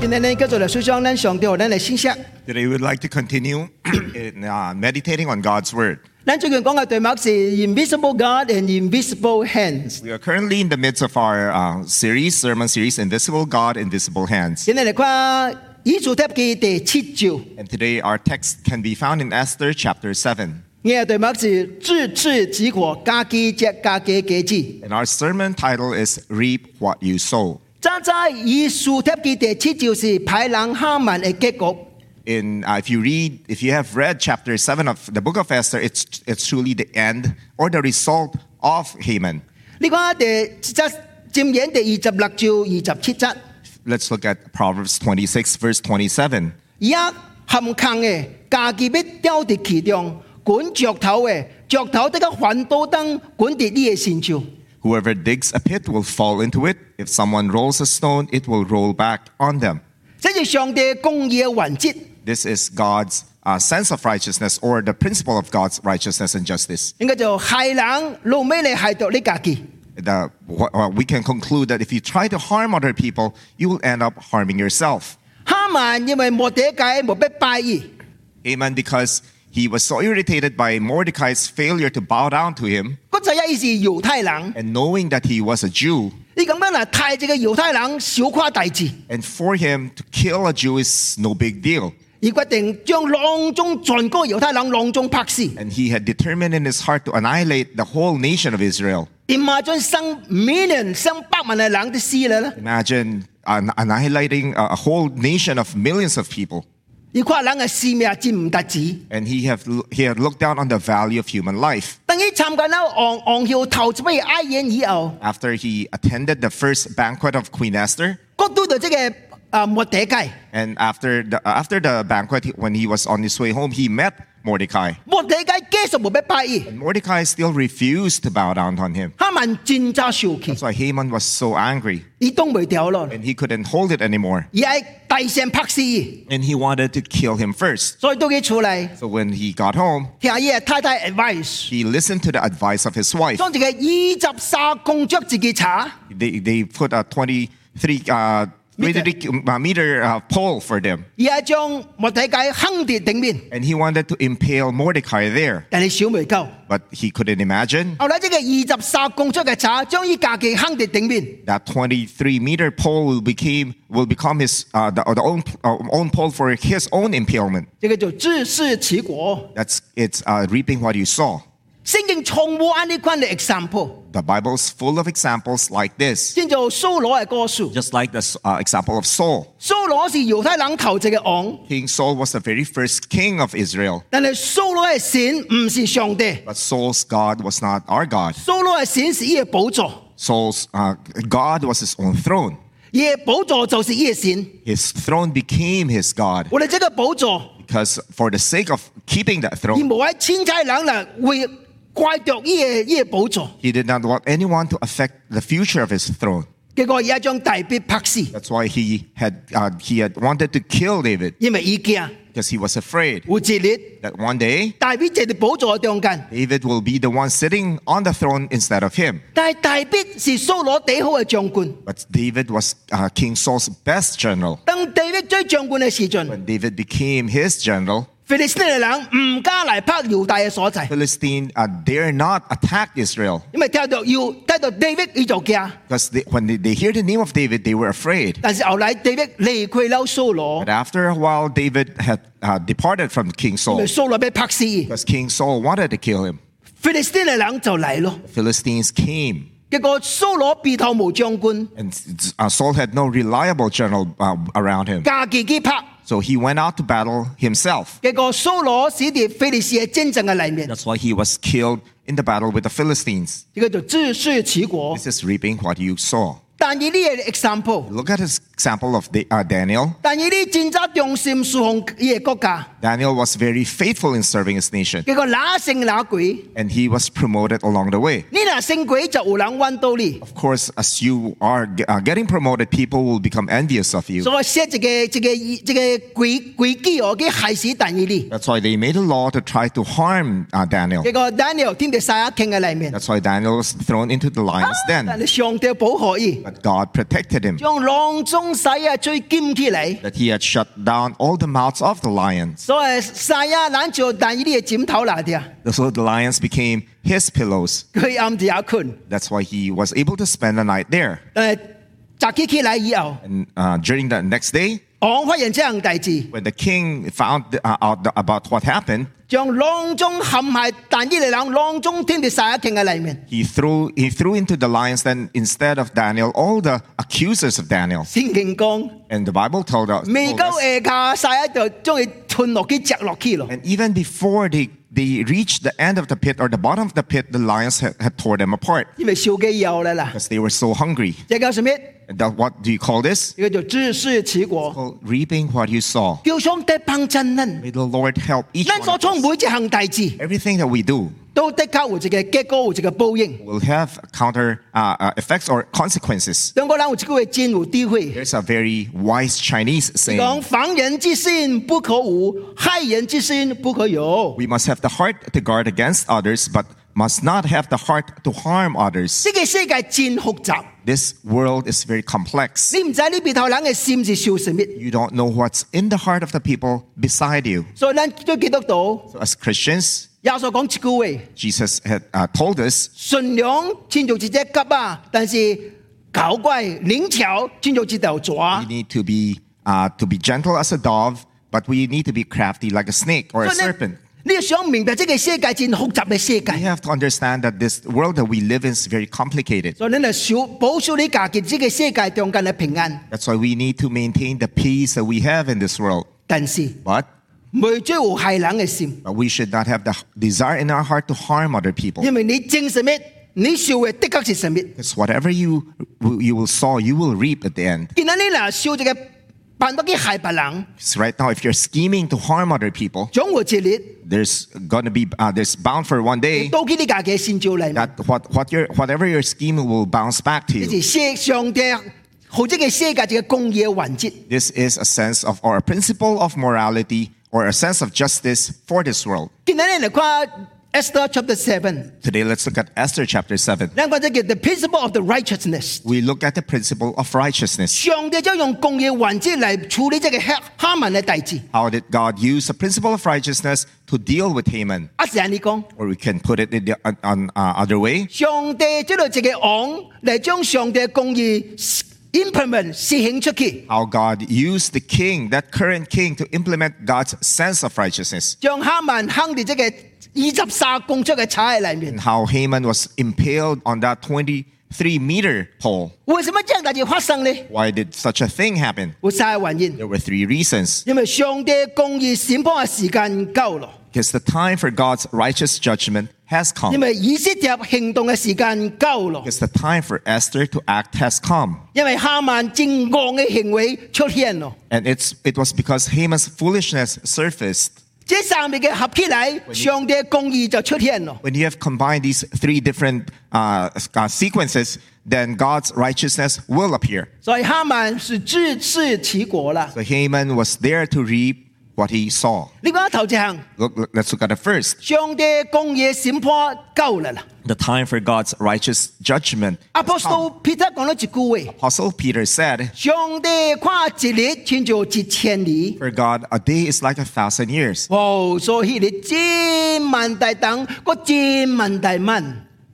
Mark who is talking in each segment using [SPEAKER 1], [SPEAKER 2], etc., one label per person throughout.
[SPEAKER 1] 今日呢，繼續嚟思想咱上帝和咱嘅信息。
[SPEAKER 2] Today we would like to continue in uh, meditating on God's Word.
[SPEAKER 1] 咱最近講嘅題目是 Invisible God and Invisible Hands。
[SPEAKER 2] We are currently in the midst of our uh, series, sermon series, Invisible God, Invisible Hands.
[SPEAKER 1] 今日嚟看《以斯帖記》第七章，
[SPEAKER 2] And today our text can be found in Esther chapter 7.
[SPEAKER 1] 你嘅題目是自治之果，家己接家己家己。
[SPEAKER 2] And our sermon title is Reap What You Sow.
[SPEAKER 1] 站在《以斯帖記》第七章是排人哈曼嘅結局。
[SPEAKER 2] In, uh, if you read, if you have read chapter 7 of the book of Esther, it's, it's truly the end or the result of Haman.
[SPEAKER 1] 你看第一節箴言第二十六章二十七節，
[SPEAKER 2] Let's look at Proverbs 26, verse 27.
[SPEAKER 1] 一含坑嘅家己要掉伫其中，滾石頭嘅石頭得個反倒燈滾伫你嘅身上。
[SPEAKER 2] Whoever digs a pit will fall into it. If someone rolls a stone, it will roll back on them.
[SPEAKER 1] 這是上帝公義嘅原則。
[SPEAKER 2] This is God's uh, sense of righteousness or the principle of God's righteousness and justice.
[SPEAKER 1] 應該就害人，老尾嚟害到你家己。
[SPEAKER 2] The, wh- uh, we can conclude that if you try to harm other people, you will end up harming yourself.
[SPEAKER 1] 哈曼因為莫得解，莫必拜伊，
[SPEAKER 2] Amen. Because he was so irritated by Mordecai's failure to bow down to him,
[SPEAKER 1] 嗰陣一伊是猶太人，
[SPEAKER 2] and knowing that he was a Jew,
[SPEAKER 1] 伊咁樣嚟睇這個猶太人小誇大志，
[SPEAKER 2] and for him to kill a Jew is no big deal.
[SPEAKER 1] 伊決定將浪中全國猶太人浪中拍死，
[SPEAKER 2] And he had determined in his heart to annihilate the whole nation of Israel.
[SPEAKER 1] 點下將生 million 生百萬嘅人都死了啦。
[SPEAKER 2] Imagine an- annihilating uh, a a whole nation of millions of people.
[SPEAKER 1] 伊看人嘅性命真唔特止。
[SPEAKER 2] And he, have, he had looked down on the value of human life.
[SPEAKER 1] 當伊參加咗王王后頭一位哀言以後，
[SPEAKER 2] After he attended the first banquet of Queen Esther,
[SPEAKER 1] 我拄到這個啊莫得解，
[SPEAKER 2] and after the, after the banquet, he- when he was on his way home, he met Mordecai.
[SPEAKER 1] 莫得解繼續冇必拜伊。
[SPEAKER 2] And Mordecai still refused to bow down on him.
[SPEAKER 1] 哈曼真正受氣，
[SPEAKER 2] So Haman was so angry,
[SPEAKER 1] 伊擋袂掉咯，
[SPEAKER 2] and he couldn't hold it anymore.
[SPEAKER 1] 伊係大聲拍死伊，
[SPEAKER 2] And he wanted to kill him first.
[SPEAKER 1] 所以到佢厝內
[SPEAKER 2] So when he got home,
[SPEAKER 1] 聽伊嘅太太 advice，
[SPEAKER 2] he listened to the advice of his wife.
[SPEAKER 1] 將一個二十三公爵自己查，
[SPEAKER 2] they they put a 23 uh,
[SPEAKER 1] Meter.
[SPEAKER 2] 23 uh, meter uh, pole for them
[SPEAKER 1] 伊係將莫得解坑伫頂面，
[SPEAKER 2] and he wanted to impale mordecai there
[SPEAKER 1] 但係想袂夠。
[SPEAKER 2] but he couldn't imagine
[SPEAKER 1] 後來呢個二十三公爵嘅查，將伊家己坑伫頂面，
[SPEAKER 2] that 23 meter pole will became will become his uh, the, the own uh, own pole for his own impalement
[SPEAKER 1] 這個就自食其果。
[SPEAKER 2] that's it's uh, reaping what you sow
[SPEAKER 1] 聖經從無按呢款嘅 example，
[SPEAKER 2] the bible's full of examples like this
[SPEAKER 1] 先做蘇羅嘅故事。
[SPEAKER 2] just like the uh, example of saul
[SPEAKER 1] 蘇羅是猶太人頭一嘅王，
[SPEAKER 2] king saul was the very first king of israel
[SPEAKER 1] 但係蘇羅嘅神唔是上帝，
[SPEAKER 2] but saul's god was not our god
[SPEAKER 1] 蘇羅嘅神是伊嘅寶座。
[SPEAKER 2] saul's uh, god was his own throne
[SPEAKER 1] 耶宝座就是耶神，
[SPEAKER 2] His throne became his God
[SPEAKER 1] 我哋这个宝座，
[SPEAKER 2] because, for the sake of keeping that
[SPEAKER 1] 而
[SPEAKER 2] throne,
[SPEAKER 1] 无喺千差人嚟会怪着耶耶宝座，
[SPEAKER 2] he did not want anyone to affect the future of his throne.
[SPEAKER 1] 结果有一张大笔拍死，
[SPEAKER 2] That's why he had, uh, he had wanted to kill David
[SPEAKER 1] 因为伊惊
[SPEAKER 2] because he was afraid
[SPEAKER 1] 有一日
[SPEAKER 2] that one day
[SPEAKER 1] 大笔坐喺宝座嘅中间，
[SPEAKER 2] David will be the one sitting on the throne instead of him.
[SPEAKER 1] 但系大笔是苏罗第好嘅将军，
[SPEAKER 2] But David was uh, King Saul's best general.
[SPEAKER 1] 当大笔追将军嘅时阵，
[SPEAKER 2] When David became his general,
[SPEAKER 1] 菲利斯嘅人唔敢嚟拍犹大嘅所在，
[SPEAKER 2] Philistine uh, dare not attack Israel
[SPEAKER 1] 因为听到要听到大笔伊就惊，
[SPEAKER 2] because they, when they, they hear the name of David, they were afraid.
[SPEAKER 1] 但是后来大笔离开咗苏罗
[SPEAKER 2] But，after a while, David had uh, departed from King
[SPEAKER 1] 因
[SPEAKER 2] Saul.
[SPEAKER 1] 为苏罗被拍死，
[SPEAKER 2] because King Saul wanted to kill him.
[SPEAKER 1] 菲利斯嘅人就嚟咯。
[SPEAKER 2] Philistines came,
[SPEAKER 1] 结果苏罗被头毛将军
[SPEAKER 2] and uh, Saul had no reliable general uh, around him,
[SPEAKER 1] 架自己拍，
[SPEAKER 2] so he went out to battle himself.
[SPEAKER 1] 结果苏罗死伫菲利士嘅真正嘅里面，呢、
[SPEAKER 2] That's why he was killed in the battle with the Philistines.
[SPEAKER 1] 这个就自食其果。
[SPEAKER 2] This is reaping what you sow.
[SPEAKER 1] 但以呢个 example，
[SPEAKER 2] Look at his example of the, uh, Daniel.
[SPEAKER 1] 但以呢战争中心侍奉伊嘅国家，
[SPEAKER 2] Daniel was very faithful in serving his nation,
[SPEAKER 1] 结果哪胜哪鬼，
[SPEAKER 2] and he was promoted along the way.
[SPEAKER 1] 你若胜鬼就有人揾到你。
[SPEAKER 2] Of course, as you are uh, getting promoted, people will become envious of you.
[SPEAKER 1] 所以写一个这个这个鬼鬼计哦，去害死但以呢。
[SPEAKER 2] That's why they made a law to try to harm uh, Daniel.
[SPEAKER 1] 结果 Daniel 听到沙坑嘅里面，
[SPEAKER 2] That's why
[SPEAKER 1] Ah,
[SPEAKER 2] Daniel was thrown into the lion's den.
[SPEAKER 1] 但系上帝保护伊，
[SPEAKER 2] But God protected him.
[SPEAKER 1] 将浪中將使啊最劍起嚟。
[SPEAKER 2] that he had shut down all the mouths of the lions.
[SPEAKER 1] 所以撒呀，咱就但呢啲嘢枕頭嚟啲啊，
[SPEAKER 2] So the lions became his pillows.
[SPEAKER 1] 佢暗住阿坤。
[SPEAKER 2] That's why he was able to spend the night there.
[SPEAKER 1] 誒，襲擊起嚟以後，
[SPEAKER 2] And uh, during the next day,
[SPEAKER 1] 王忽然之間第治，
[SPEAKER 2] when the king found uh, out about what happened,
[SPEAKER 1] 將囊中陷係但呢嚟兩囊中添住撒一徑嘅裏面。
[SPEAKER 2] he threw, he threw into the lions then instead of Daniel all the accusers of Daniel.
[SPEAKER 1] 聖經講，
[SPEAKER 2] And the Bible told us,
[SPEAKER 1] 未
[SPEAKER 2] told
[SPEAKER 1] 夠
[SPEAKER 2] us-
[SPEAKER 1] 誒架撒一就將佢吞落去，擲落去咯。
[SPEAKER 2] and even before they, they reached the end of the pit or the bottom of the pit, the lions had, had tore them apart
[SPEAKER 1] 因為燒雞有啦啦，
[SPEAKER 2] because they were so hungry.
[SPEAKER 1] 這叫什麼？
[SPEAKER 2] And that, what do you call this?
[SPEAKER 1] 叫做知識此果，
[SPEAKER 2] Called reaping what you sow.
[SPEAKER 1] 叫上帝幫襯咱。
[SPEAKER 2] May the Lord help each
[SPEAKER 1] 咱
[SPEAKER 2] one
[SPEAKER 1] 所
[SPEAKER 2] of
[SPEAKER 1] 做
[SPEAKER 2] us.
[SPEAKER 1] 每一項大事，
[SPEAKER 2] Everything that we do
[SPEAKER 1] 都的確有一個結果，有一個報應。
[SPEAKER 2] will have counter uh, uh, effects or consequences.
[SPEAKER 1] 中國人有一句話真有智慧。
[SPEAKER 2] There's a very wise Chinese
[SPEAKER 1] 讲
[SPEAKER 2] saying
[SPEAKER 1] 防人之心不可无，害人之心不可有。
[SPEAKER 2] we must have the heart to guard against others, but must not have the heart to harm others.
[SPEAKER 1] 呢个世界真复杂，
[SPEAKER 2] This world is very complex.
[SPEAKER 1] 你唔知呢边头人嘅心是受什么，
[SPEAKER 2] You don't know what's in the heart of the people beside you.
[SPEAKER 1] 所以咱都记得到，
[SPEAKER 2] So as Christians,
[SPEAKER 1] 耶稣讲一句话：
[SPEAKER 2] Jesus had uh, told us
[SPEAKER 1] 信仰亲像一只鸽啊，但是搞怪灵巧亲像一条蛇
[SPEAKER 2] we。need to be uh, to be gentle as a dove, but we need to be crafty like a snake or
[SPEAKER 1] 所
[SPEAKER 2] a
[SPEAKER 1] 以呢
[SPEAKER 2] serpent.
[SPEAKER 1] 你要想明白这个世界真复杂嘅世
[SPEAKER 2] We
[SPEAKER 1] 界，
[SPEAKER 2] have to understand that this world that we live in is very complicated.
[SPEAKER 1] 所以你要守保守你家己这个世界中间嘅平安。
[SPEAKER 2] That's why we need to maintain the peace that we have in this world.
[SPEAKER 1] 但是，
[SPEAKER 2] But,
[SPEAKER 1] 未最有害人嘅心。
[SPEAKER 2] but we should not have the desire in our heart to harm other people.
[SPEAKER 1] 因为你正什么，你受嘅的确是什么。
[SPEAKER 2] Because whatever you you will sow, you will reap at the end.
[SPEAKER 1] 见到你嗱受这个办到去害别人，
[SPEAKER 2] So right now, if you're scheming to harm other people,
[SPEAKER 1] 总有一日
[SPEAKER 2] there's gonna be uh, there's bound for one
[SPEAKER 1] 你
[SPEAKER 2] day
[SPEAKER 1] 都去你家嘅先兆嚟。
[SPEAKER 2] that what what your whatever your scheme will bounce back to
[SPEAKER 1] 呢
[SPEAKER 2] you.
[SPEAKER 1] 是世上帝或者嘅世界一个公义嘅环节。
[SPEAKER 2] This is a sense of or a principle of morality or a sense of justice for this world.
[SPEAKER 1] 见到你嚟看 Esther chapter seven，
[SPEAKER 2] Today, let's look at Esther chapter seven.
[SPEAKER 1] 咱讲即叫 the principle of the righteousness。
[SPEAKER 2] We look at the principle of righteousness.
[SPEAKER 1] 上帝就用公义嘅环节嚟处理这个黑哈曼嘅弟子。
[SPEAKER 2] How did God use the principle of righteousness to deal with Haman?
[SPEAKER 1] 阿啊是安你讲，
[SPEAKER 2] Or we can put it in the on, on, uh, other way.
[SPEAKER 1] 上帝即系一个王嚟将上帝嘅公义 implement 施行出去。
[SPEAKER 2] How God used the king, that current king, to implement God's sense of righteousness.
[SPEAKER 1] 将哈曼坑伫即个二十三公尺嘅柴里面
[SPEAKER 2] And。how Haman was impaled on that 23 meter pole.
[SPEAKER 1] 为什么这样大事发生呢？
[SPEAKER 2] Why did such a thing happen?
[SPEAKER 1] 有三个原因，
[SPEAKER 2] There were three reasons.
[SPEAKER 1] 因为上帝公义审判嘅时间够咯，
[SPEAKER 2] Because the time for God's righteous judgment has
[SPEAKER 1] 因
[SPEAKER 2] come.
[SPEAKER 1] 为以色列行动嘅时间够咯，
[SPEAKER 2] Because the time for Esther to act has come.
[SPEAKER 1] 因为哈曼正恶嘅行为出现咯。
[SPEAKER 2] And it's, it was because Haman's foolishness surfaced
[SPEAKER 1] 这三面嘅合起来，上帝公义就出现咯。
[SPEAKER 2] When you have combined these three different uh, uh, sequences, then God's righteousness will appear.
[SPEAKER 1] 所以哈曼是自食其果啦。
[SPEAKER 2] So Haman was there to reap what he saw.
[SPEAKER 1] 你讲头一项，
[SPEAKER 2] Look, look- let's look at it first.
[SPEAKER 1] 上帝公义嘅审判够啦啦。
[SPEAKER 2] The time for God's righteous judgment.
[SPEAKER 1] 阿
[SPEAKER 2] has
[SPEAKER 1] 波
[SPEAKER 2] come.
[SPEAKER 1] 斯彼得讲咗一句话。
[SPEAKER 2] Apostle Peter said,
[SPEAKER 1] 上帝看一日亲像一千里，
[SPEAKER 2] For God, a day is like a thousand years.
[SPEAKER 1] 哦，所以你千万大等，个千万大万。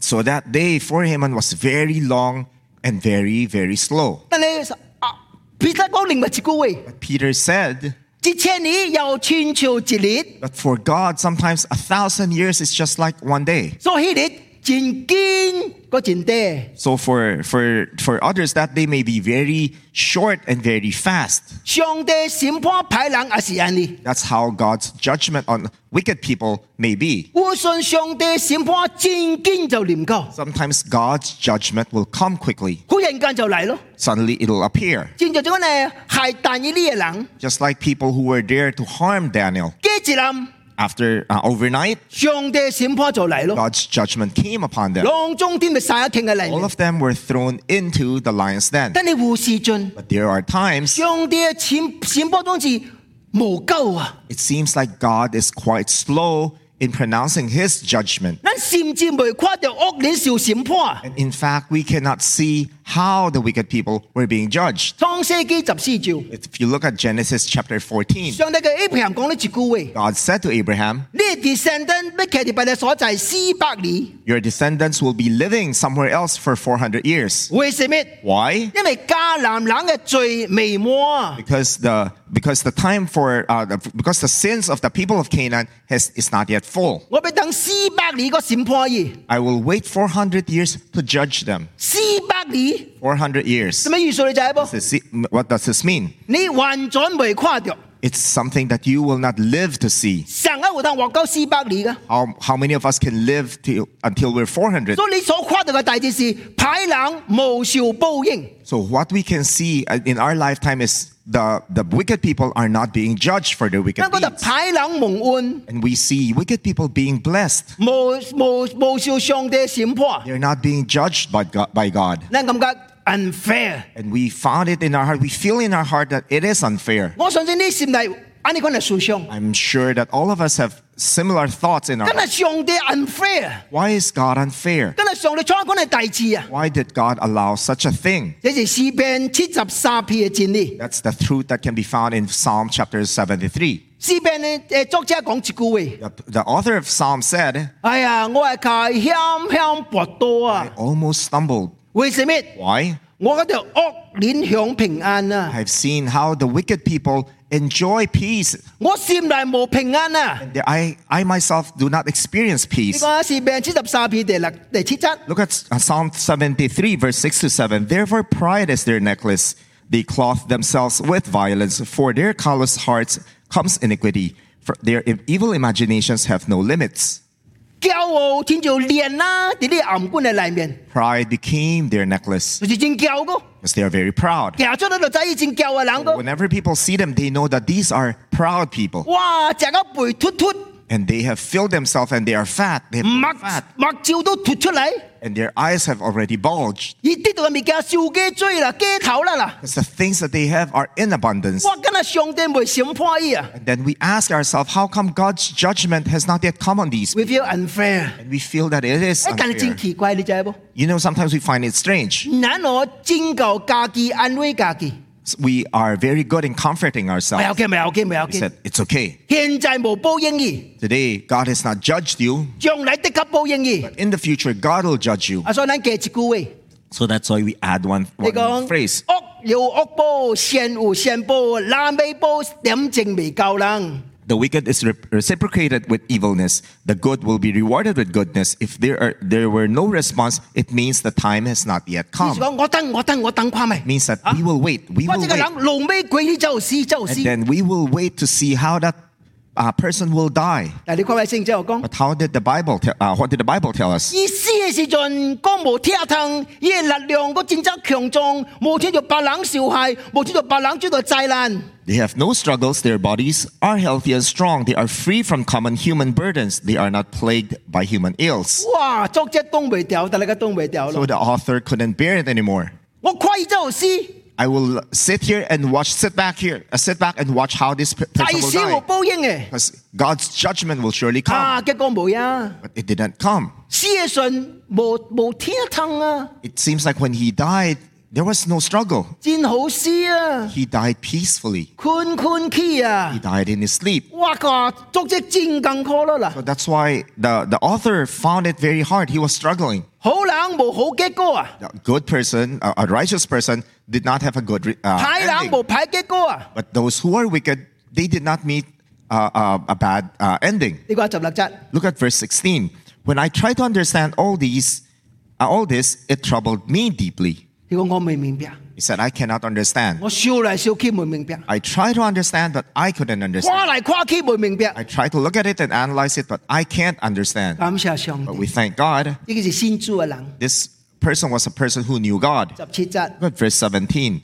[SPEAKER 2] So that day for Haman was very long and very, very slow.
[SPEAKER 1] 但系啊，彼得讲另外一句话，
[SPEAKER 2] But Peter said,
[SPEAKER 1] 一千里又亲像一日，
[SPEAKER 2] But for God, sometimes a thousand years is just like one day.
[SPEAKER 1] 所以你真紧个真短。
[SPEAKER 2] So for for for others that they may be very short and very fast.
[SPEAKER 1] 上帝审判歹人也是安尼，
[SPEAKER 2] That's how God's judgment on wicked people may be.
[SPEAKER 1] 我信上帝审判真紧就临到，
[SPEAKER 2] Sometimes God's judgment will come quickly.
[SPEAKER 1] 忽然间就嚟咯。
[SPEAKER 2] Suddenly it'll appear.
[SPEAKER 1] 正就种呢害但以理嘅人，
[SPEAKER 2] Just like people who were there to harm Daniel.
[SPEAKER 1] 几一人
[SPEAKER 2] After uh, overnight,
[SPEAKER 1] 上帝审判就嚟咯。
[SPEAKER 2] God's judgment came upon them.
[SPEAKER 1] 浪中天咪晒一傾嘅嚟
[SPEAKER 2] All。of them were thrown into the lion's den.
[SPEAKER 1] 但你胡士盡，
[SPEAKER 2] But there are times
[SPEAKER 1] 上帝嘅淺淺波當時無咎啊！
[SPEAKER 2] it seems like God is quite slow in pronouncing his judgment.
[SPEAKER 1] 咱甚至未看到惡人受審判啊！
[SPEAKER 2] And in fact, we cannot see how the wicked people were being judged.
[SPEAKER 1] 創世記十四章，
[SPEAKER 2] If you look at Genesis chapter 14,
[SPEAKER 1] 上帝嘅 Abraham 講咗一句話：
[SPEAKER 2] God said to Abraham,
[SPEAKER 1] 你嘅 descendant 要騎住你所在四百里，
[SPEAKER 2] Your descendants will be living somewhere else for 400 years.
[SPEAKER 1] 為什麼？
[SPEAKER 2] Why?
[SPEAKER 1] 因為迦南人嘅罪未滿，
[SPEAKER 2] Because the, because the time for, uh, the- because the sins of the people of Canaan has, is not yet full.
[SPEAKER 1] 我要等四百里個審判伊，
[SPEAKER 2] I will wait 400 years to judge them.
[SPEAKER 1] 四百里，
[SPEAKER 2] 400 years.
[SPEAKER 1] 什麼意思你知不？
[SPEAKER 2] Does it- What does this mean?
[SPEAKER 1] 你完全未看到，
[SPEAKER 2] It's something that you will not live to see.
[SPEAKER 1] 神啊有當活到四百里嘅，
[SPEAKER 2] How, how many of us can live till, until we're 400?
[SPEAKER 1] 所以你所看到嘅大致是歹人無受報應。
[SPEAKER 2] So what we can see uh, in our lifetime is the, the wicked people are not being judged for
[SPEAKER 1] 咱
[SPEAKER 2] their wicked
[SPEAKER 1] 嗰度
[SPEAKER 2] deeds.
[SPEAKER 1] 歹人蒙恩，
[SPEAKER 2] And we see wicked people being blessed.
[SPEAKER 1] 無無無受上帝審判，
[SPEAKER 2] They're not being judged by God, by God.
[SPEAKER 1] 咱感覺 unfair。
[SPEAKER 2] And we found it in our heart. We feel in our heart that it is unfair.
[SPEAKER 1] 我相信你心內安尼款嘅思想，
[SPEAKER 2] I'm sure that all of us have similar thoughts in our
[SPEAKER 1] 今日
[SPEAKER 2] heart.
[SPEAKER 1] 上帝 unfair，
[SPEAKER 2] Why is God unfair?
[SPEAKER 1] 今日上帝做款嘅大志啊！
[SPEAKER 2] Why did God allow such a thing?
[SPEAKER 1] 這是詩篇七十三篇嘅真理。
[SPEAKER 2] That's the truth that can be found in Psalm chapter 73.
[SPEAKER 1] 詩篇嘅誒作者講一句話：
[SPEAKER 2] The, the author of Psalm said,
[SPEAKER 1] 哎呀，我係靠香香跋倒
[SPEAKER 2] I
[SPEAKER 1] 啊！
[SPEAKER 2] almost stumbled.
[SPEAKER 1] 為什麼？
[SPEAKER 2] Why?
[SPEAKER 1] 我嗰條惡念享平安啊！
[SPEAKER 2] I've seen how the wicked people enjoy peace.
[SPEAKER 1] 我心內冇平安啊！
[SPEAKER 2] There- I, I myself do not experience
[SPEAKER 1] 呢
[SPEAKER 2] peace.
[SPEAKER 1] 個詩篇七十三篇第六第七節。
[SPEAKER 2] Look at uh, Psalm 73, verse 6 to 7. Therefore, pride is their necklace. They clothe themselves with violence. For their callous hearts comes iniquity. For their evil imaginations have no limits.
[SPEAKER 1] 骄傲天就练啦，喺你暗棍嘅内面，
[SPEAKER 2] Pride became their necklace
[SPEAKER 1] 就是真骄傲，
[SPEAKER 2] because they are very proud.
[SPEAKER 1] 行出嚟就知真骄傲人個。
[SPEAKER 2] Whenever people see them, they know that these are proud people.
[SPEAKER 1] 哇，成個背突突，目
[SPEAKER 2] And they have filled themselves and they are fat. They have grown fat.
[SPEAKER 1] 目罩都突出嚟，
[SPEAKER 2] And their eyes have already bulged.
[SPEAKER 1] 而啲度嘅物件燒雞追啦，雞頭啦啦。
[SPEAKER 2] Because the things that they have are in abundance.
[SPEAKER 1] 哇，今日上帝未審判伊啊
[SPEAKER 2] And then we ask ourselves, how come God's judgment has not yet come on these
[SPEAKER 1] ，we feel unfair。
[SPEAKER 2] And we feel that it is
[SPEAKER 1] 哎，但係
[SPEAKER 2] unfair.
[SPEAKER 1] 真奇怪，你知唔？
[SPEAKER 2] You know, sometimes we find it strange.
[SPEAKER 1] 咱我拯救家己，安慰家己，
[SPEAKER 2] We are very good in comforting
[SPEAKER 1] 唔
[SPEAKER 2] ourselves.
[SPEAKER 1] 要緊，唔要緊，唔要
[SPEAKER 2] We
[SPEAKER 1] 緊。
[SPEAKER 2] said, it's okay.
[SPEAKER 1] 現在無報應伊，
[SPEAKER 2] Today, God has not judged you.
[SPEAKER 1] 將來的確報應伊。
[SPEAKER 2] In the future, God will judge you.
[SPEAKER 1] 啊，所以咱加一句話。
[SPEAKER 2] So that's why we add one,
[SPEAKER 1] 你
[SPEAKER 2] one
[SPEAKER 1] 講
[SPEAKER 2] phrase.
[SPEAKER 1] 惡有惡報，善有善報，爛尾報點正未夠人。
[SPEAKER 2] The wicked is re- reciprocated with evilness. The good will be rewarded with goodness. If there, are, there were no response, it means the time has not yet
[SPEAKER 1] 意
[SPEAKER 2] come.
[SPEAKER 1] 思講我等我等我等看咪
[SPEAKER 2] It，means that we will wait. We
[SPEAKER 1] 我
[SPEAKER 2] will
[SPEAKER 1] 這個
[SPEAKER 2] wait.
[SPEAKER 1] 人路尾鬼去走死走死
[SPEAKER 2] And。then we will wait to see how that uh, person will die.
[SPEAKER 1] 但你看位聖之後講，
[SPEAKER 2] But how did the Bible tell, uh, what did the Bible tell us?
[SPEAKER 1] 伊死嘅時陣講無聽通，伊嘅力量個戰爭強壯，無聽著別人受害，無聽著別人遭到災難。
[SPEAKER 2] They have no struggles. Their bodies are healthy and strong. They are free from common human burdens. They are not plagued by human ills.
[SPEAKER 1] 哇！作者擋未掉，但你個擋未掉咯。
[SPEAKER 2] So the author couldn't bear it anymore.
[SPEAKER 1] 我看伊走死，
[SPEAKER 2] I will sit here and watch, sit back here, uh, sit back and watch how this pe-
[SPEAKER 1] 大
[SPEAKER 2] person
[SPEAKER 1] 死
[SPEAKER 2] will
[SPEAKER 1] 有
[SPEAKER 2] die.
[SPEAKER 1] 報應嘅。
[SPEAKER 2] Because God's judgment will surely come.
[SPEAKER 1] 啊，結果冇呀，
[SPEAKER 2] But it didn't come.
[SPEAKER 1] 死嘅時陣無無聽通啊，
[SPEAKER 2] It seems like when he died, there was no struggle.
[SPEAKER 1] 真好死啊！
[SPEAKER 2] He died peacefully.
[SPEAKER 1] 困困去
[SPEAKER 2] He
[SPEAKER 1] 啊！
[SPEAKER 2] died in his sleep.
[SPEAKER 1] 我靠，作者真艰苦咯啦，
[SPEAKER 2] So that's why the, the author found it very hard. He was struggling.
[SPEAKER 1] 好人無好結果啊，
[SPEAKER 2] a good person, a, a righteous person, did not have a good re- uh,
[SPEAKER 1] 歹人
[SPEAKER 2] ending.
[SPEAKER 1] 無歹結果啊！
[SPEAKER 2] But those who are wicked, they did not meet uh, uh, a bad uh, ending.
[SPEAKER 1] 你講十六節，
[SPEAKER 2] Look at verse 16. When I tried to understand all these, uh, all this, it troubled me deeply.
[SPEAKER 1] 你講我未明白，
[SPEAKER 2] He said, "I cannot understand.
[SPEAKER 1] 我笑嚟笑去未明白，
[SPEAKER 2] I tried to understand, but I couldn't
[SPEAKER 1] 跨
[SPEAKER 2] understand.
[SPEAKER 1] 嚟跨去未明白。
[SPEAKER 2] I tried to look at it and analyze it, but I can't understand."
[SPEAKER 1] 感謝上
[SPEAKER 2] But
[SPEAKER 1] 帝，
[SPEAKER 2] we thank God.
[SPEAKER 1] 呢個是先知嘅人。
[SPEAKER 2] This person was a person who knew God.
[SPEAKER 1] 十七節，
[SPEAKER 2] Look at verse 17.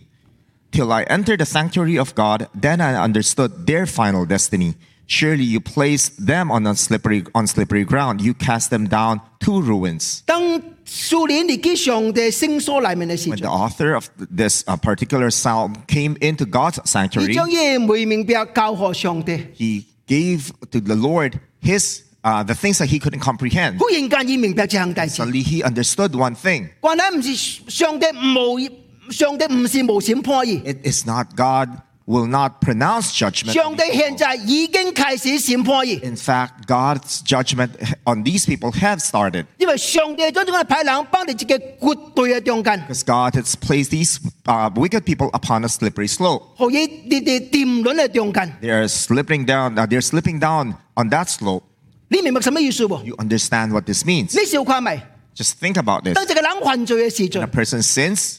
[SPEAKER 2] Till I entered the sanctuary of God, then I understood their final destiny. Surely you placed them on unslippery, on slippery ground. You cast them down to ruins.
[SPEAKER 1] 當少年年紀上帝聖所裡面嘅時
[SPEAKER 2] When
[SPEAKER 1] 陣
[SPEAKER 2] the，author of this uh, particular psalm came into God's
[SPEAKER 1] 佢
[SPEAKER 2] sanctuary,
[SPEAKER 1] 將嘢未明白交給上帝，
[SPEAKER 2] he gave to the Lord his uh, the things that he couldn't comprehend.
[SPEAKER 1] 忽然間已明白這項大事。
[SPEAKER 2] Suddenly he understood one thing.
[SPEAKER 1] 關係唔是上帝無，上帝唔是無閃破意。
[SPEAKER 2] It is not God will not pronounce judgment. on
[SPEAKER 1] 上帝
[SPEAKER 2] these
[SPEAKER 1] 現
[SPEAKER 2] people.
[SPEAKER 1] 在已經開始閃破意，
[SPEAKER 2] In fact, God's judgment on these people have started
[SPEAKER 1] 因為上帝將呢個派冷幫你自己絕對嘅中間，
[SPEAKER 2] because God has placed these uh, wicked people upon a slippery slope.
[SPEAKER 1] 可以你哋掂輪嘅中間。
[SPEAKER 2] They are slipping down. Uh, they're slipping down on that slope.
[SPEAKER 1] 你明白什麼意思喎？
[SPEAKER 2] You understand what this means?
[SPEAKER 1] 你笑話咪？
[SPEAKER 2] Just think about this.
[SPEAKER 1] 當這個人犯罪嘅時
[SPEAKER 2] When a
[SPEAKER 1] 陣，
[SPEAKER 2] person sins,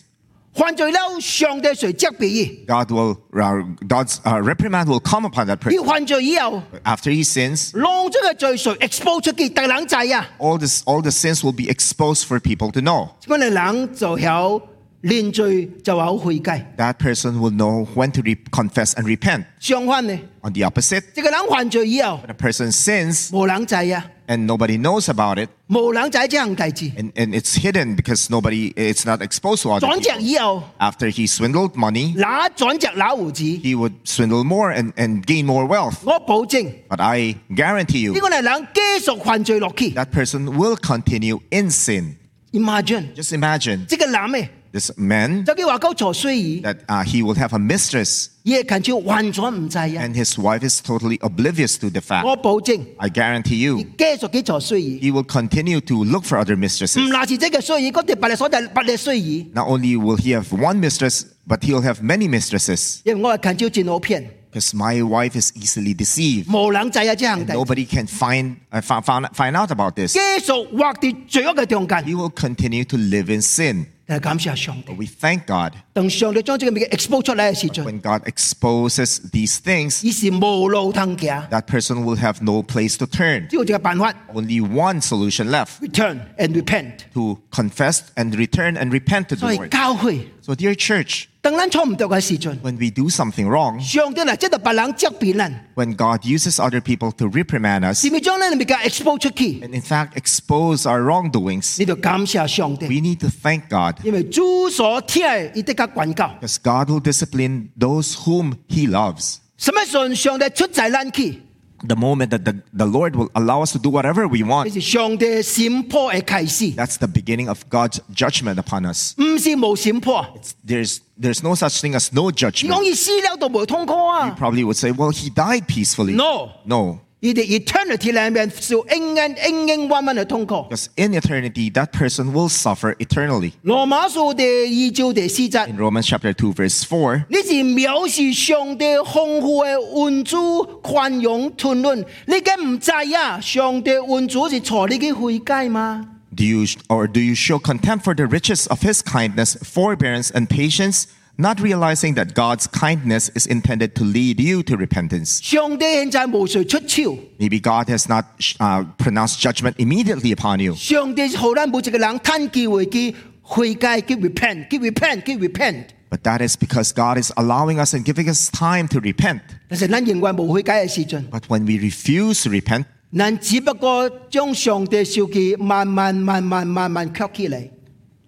[SPEAKER 1] 犯罪嬲上帝誰責備意？
[SPEAKER 2] God will uh, God's uh, reprimand will come upon that person.
[SPEAKER 1] 要犯罪以後，
[SPEAKER 2] After he sins,
[SPEAKER 1] 浪咗嘅罪誰 expose 出去，大冷仔啊！
[SPEAKER 2] all this all the sins will be exposed for people to know.
[SPEAKER 1] 咁你冷就有連罪就有悔改。
[SPEAKER 2] That person will know when to re- confess and repent.
[SPEAKER 1] 相反呢，
[SPEAKER 2] On the opposite,
[SPEAKER 1] 這個人犯罪以後
[SPEAKER 2] when a person sins
[SPEAKER 1] 無冷仔啊，
[SPEAKER 2] and nobody knows about it,
[SPEAKER 1] 無冷仔即行弟子，
[SPEAKER 2] and, and it's hidden because nobody it's not exposed to other
[SPEAKER 1] 轉隻
[SPEAKER 2] people.
[SPEAKER 1] 以後。
[SPEAKER 2] After he swindled money,
[SPEAKER 1] 那轉隻那胡子，
[SPEAKER 2] he would swindle more and, and gain more wealth.
[SPEAKER 1] 我保證呢、
[SPEAKER 2] But I guarantee
[SPEAKER 1] 這
[SPEAKER 2] you,
[SPEAKER 1] 個人冷繼續犯罪落去。
[SPEAKER 2] that person will continue in sin.
[SPEAKER 1] Imagine，
[SPEAKER 2] Just imagine
[SPEAKER 1] 這個男嘅
[SPEAKER 2] this man
[SPEAKER 1] 就叫話鳩坐衰兒，
[SPEAKER 2] that uh, he will have a mistress,
[SPEAKER 1] 夜勤照還咗唔制啊！
[SPEAKER 2] and his wife is totally oblivious to the fact.
[SPEAKER 1] 我保證，
[SPEAKER 2] I
[SPEAKER 1] 繼
[SPEAKER 2] guarantee you,
[SPEAKER 1] 續幾坐衰兒，
[SPEAKER 2] he will continue to look for other
[SPEAKER 1] 唔
[SPEAKER 2] mistresses.
[SPEAKER 1] 嗱是即嘅衰兒，嗰條白你所就白你衰兒，
[SPEAKER 2] Not only will he have one mistress, but he'll have many mistresses.
[SPEAKER 1] 因為我係勤照戰我片，
[SPEAKER 2] Because my wife is easily deceived.
[SPEAKER 1] 無冷仔啊！即行弟，
[SPEAKER 2] Nobody can find, uh, fi- find, find out about this.
[SPEAKER 1] 繼續劃掉罪惡嘅中間。
[SPEAKER 2] He will continue to live in sin.
[SPEAKER 1] 但係感謝上帝，
[SPEAKER 2] We thank God
[SPEAKER 1] 當上帝將呢個面嘅 expose 出嚟嘅時陣，
[SPEAKER 2] when God exposes these things,
[SPEAKER 1] 已是無路通行，
[SPEAKER 2] that person will have no place to turn.
[SPEAKER 1] 只有一個辦法
[SPEAKER 2] Only one solution left
[SPEAKER 1] ：return and repent。
[SPEAKER 2] to confess and return and repent to
[SPEAKER 1] 所
[SPEAKER 2] the
[SPEAKER 1] 以
[SPEAKER 2] Lord.
[SPEAKER 1] 教會
[SPEAKER 2] So, dear church,
[SPEAKER 1] 當咱錯唔到嘅時陣。
[SPEAKER 2] when we do something wrong,
[SPEAKER 1] 上帝嚟即係白冷責備人，
[SPEAKER 2] when God uses other people to reprimand us,
[SPEAKER 1] 是咪將呢你咪嘅 expose 出去？
[SPEAKER 2] and in fact expose our wrongdoings,
[SPEAKER 1] 你就感謝上帝，
[SPEAKER 2] we need to thank God
[SPEAKER 1] 因為主所聽嘅，伊得加管教。
[SPEAKER 2] because God will discipline those whom He loves.
[SPEAKER 1] 什麼時候上帝出在咱去，
[SPEAKER 2] The moment that the, the Lord will allow us to do whatever we
[SPEAKER 1] 你
[SPEAKER 2] want,
[SPEAKER 1] 是上帝閃破嘅啟示，
[SPEAKER 2] that's the beginning of God's judgment upon us.
[SPEAKER 1] 唔是無閃破。
[SPEAKER 2] It's- there's, there's no such thing as no
[SPEAKER 1] 你講
[SPEAKER 2] judgment.
[SPEAKER 1] 伊死了都冇痛苦啊
[SPEAKER 2] Probably would say, well, He died peacefully.
[SPEAKER 1] ？No，
[SPEAKER 2] No.
[SPEAKER 1] 伊哋 eternity 裏面受永遠永永遠遠嘅痛苦。
[SPEAKER 2] Because in eternity, that person will suffer eternally.
[SPEAKER 1] 羅馬書第二章第四節，
[SPEAKER 2] In Romans chapter 2, verse 4,
[SPEAKER 1] 你是藐視上帝豐富嘅恩主寬容吞論，你嘅唔制啊！上帝恩主是坐你嘅悔改嘛？
[SPEAKER 2] Do you or do you show contempt for the riches of his kindness, forbearance, and patience, not realizing that God's kindness is intended to lead you to repentance?
[SPEAKER 1] 上帝現在無誰出手，
[SPEAKER 2] Maybe God has not uh, pronounced judgment immediately upon you.
[SPEAKER 1] 上帝好咱每一個人趁機會去悔改，去 repent，去 repent，去 repent。
[SPEAKER 2] But that is because God is allowing us and giving us time to repent.
[SPEAKER 1] 但是咱認為無悔改嘅時陣，
[SPEAKER 2] But when we refuse to repent,
[SPEAKER 1] 咱只不過將上帝手機慢慢、慢慢、慢慢吸起嚟。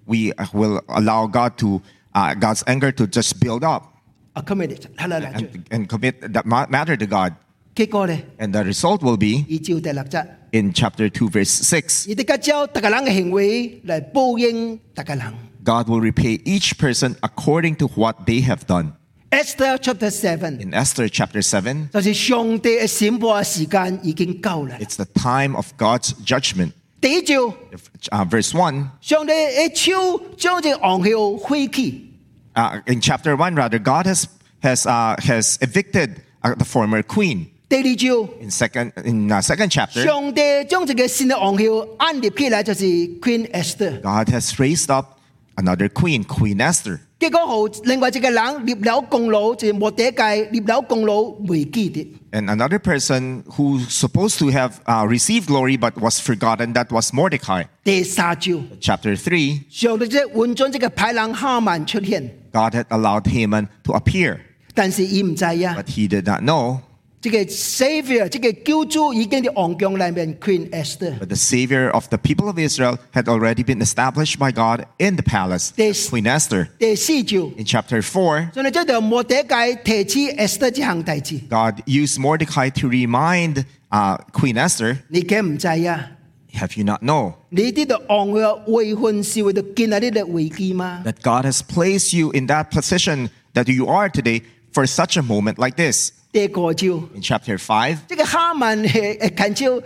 [SPEAKER 2] we uh, will allow God to uh, God's anger to just build up
[SPEAKER 1] 啊，咁咪嚟，係啦，嚟住。
[SPEAKER 2] and, and commit that ma- matter to God.
[SPEAKER 1] 結果咧，
[SPEAKER 2] And the result will be
[SPEAKER 1] 依照第六節。
[SPEAKER 2] in chapter 2 verse 6.
[SPEAKER 1] 而得照大家人嘅行為嚟報應大家人。
[SPEAKER 2] God will repay each person according to what they have done.
[SPEAKER 1] Esther chapter seven
[SPEAKER 2] In Esther chapter 7,
[SPEAKER 1] 就是上帝嘅審判嘅時間已經夠啦。
[SPEAKER 2] it's the time of God's judgment.
[SPEAKER 1] 第一招，
[SPEAKER 2] Uh, verse 1,
[SPEAKER 1] 上帝嘅手將隻王后揮去，
[SPEAKER 2] uh, in chapter 1, rather, God has, has, uh, has evicted uh, the former queen.
[SPEAKER 1] 第二招。
[SPEAKER 2] In second, in uh, second chapter,
[SPEAKER 1] 上帝將這個新嘅王后安立起來，就是 Queen Esther。
[SPEAKER 2] God has raised up another queen, Queen Esther.
[SPEAKER 1] 結果後另外一個人立了功勞，就是末底改立了功勞未記得。
[SPEAKER 2] And another person who's supposed to have uh, received glory but was forgotten, that was Mordecai.
[SPEAKER 1] 第三招，
[SPEAKER 2] Chapter 3,
[SPEAKER 1] 上帝即換將這個豺狼哈曼出現，
[SPEAKER 2] God had allowed Haman to appear,
[SPEAKER 1] 但是伊唔知呀。
[SPEAKER 2] but he did not know
[SPEAKER 1] 这个 Savior，这个救主已经在王宫里面 Queen Esther。
[SPEAKER 2] But the savior of the people of Israel had already been established by God in the palace,
[SPEAKER 1] This-
[SPEAKER 2] Queen Esther.
[SPEAKER 1] 第四章，
[SPEAKER 2] In chapter 4,
[SPEAKER 1] 所以这就莫第解提起 Esther 这项代志，
[SPEAKER 2] God used Mordecai to remind uh, Queen Esther,
[SPEAKER 1] 你嘅唔知啊？
[SPEAKER 2] have you not know
[SPEAKER 1] 你呢度王嘅未婚是为咗建立呢個危機嗎？
[SPEAKER 2] that God has placed you in that position that you are today for such a moment like this?
[SPEAKER 1] 第五招，
[SPEAKER 2] In chapter 5,
[SPEAKER 1] 这個哈曼係係近招，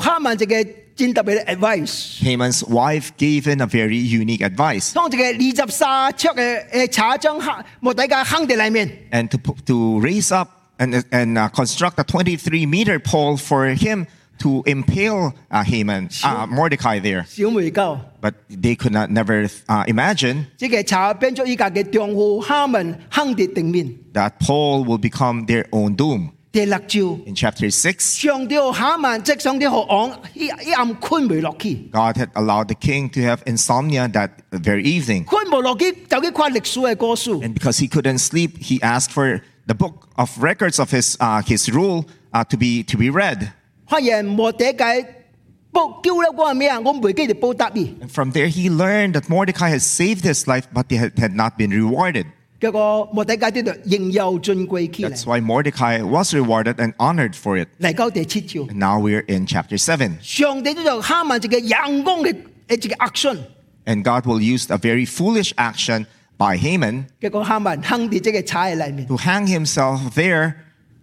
[SPEAKER 1] 學哈曼一個真特別嘅 advice。
[SPEAKER 2] Haman's wife gave in a very unique advice.
[SPEAKER 1] 當這個二十三尺呃嘅誒茶張坑莫底嘅坑地裏面，
[SPEAKER 2] and to, pu- to raise up and, and uh, construct a 23 meter pole for him to impale uh, Haman, uh, Mordecai there.
[SPEAKER 1] 小梅鳩，
[SPEAKER 2] But they could not never uh, imagine
[SPEAKER 1] 這個茶變咗依家嘅丈夫哈曼坑地定面。
[SPEAKER 2] that pole will become their own doom.
[SPEAKER 1] 第六招，
[SPEAKER 2] In chapter 6,
[SPEAKER 1] 上帝學哈曼即上帝學王一一暗困唔落去，
[SPEAKER 2] God had allowed the king to have insomnia that very evening.
[SPEAKER 1] 困唔落去就去看歷史嘅歌書。
[SPEAKER 2] And because he couldn't sleep, he asked for the book of records of his, uh, his rule uh, to, be, to be read.
[SPEAKER 1] 發現莫底解報叫咗我咩啊？我唔記得報答伊。
[SPEAKER 2] And from there, he learned that Mordecai had saved his life, but he had, had not been rewarded.
[SPEAKER 1] 結果莫底解呢度仍有進貴起
[SPEAKER 2] That's
[SPEAKER 1] 嚟。
[SPEAKER 2] why Mordecai was rewarded and honored for it.
[SPEAKER 1] 嚟到第七招，
[SPEAKER 2] And now we're in chapter 7.
[SPEAKER 1] 上帝呢度哈曼一個人工嘅一個 action，
[SPEAKER 2] And God will use a very foolish action by Haman
[SPEAKER 1] 結果哈曼坑跌即個踩喺裏面。
[SPEAKER 2] to hang himself there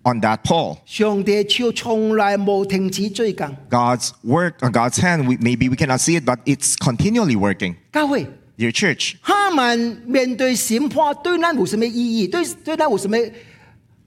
[SPEAKER 2] on that pole.
[SPEAKER 1] 上帝超從來冇停止追近。
[SPEAKER 2] God's work, uh, God's hand, we, maybe we cannot see it, but it's continually working.
[SPEAKER 1] 教會
[SPEAKER 2] Dear church,
[SPEAKER 1] 哈曼面對審判，對咱有什麼意義？對對咱有什麼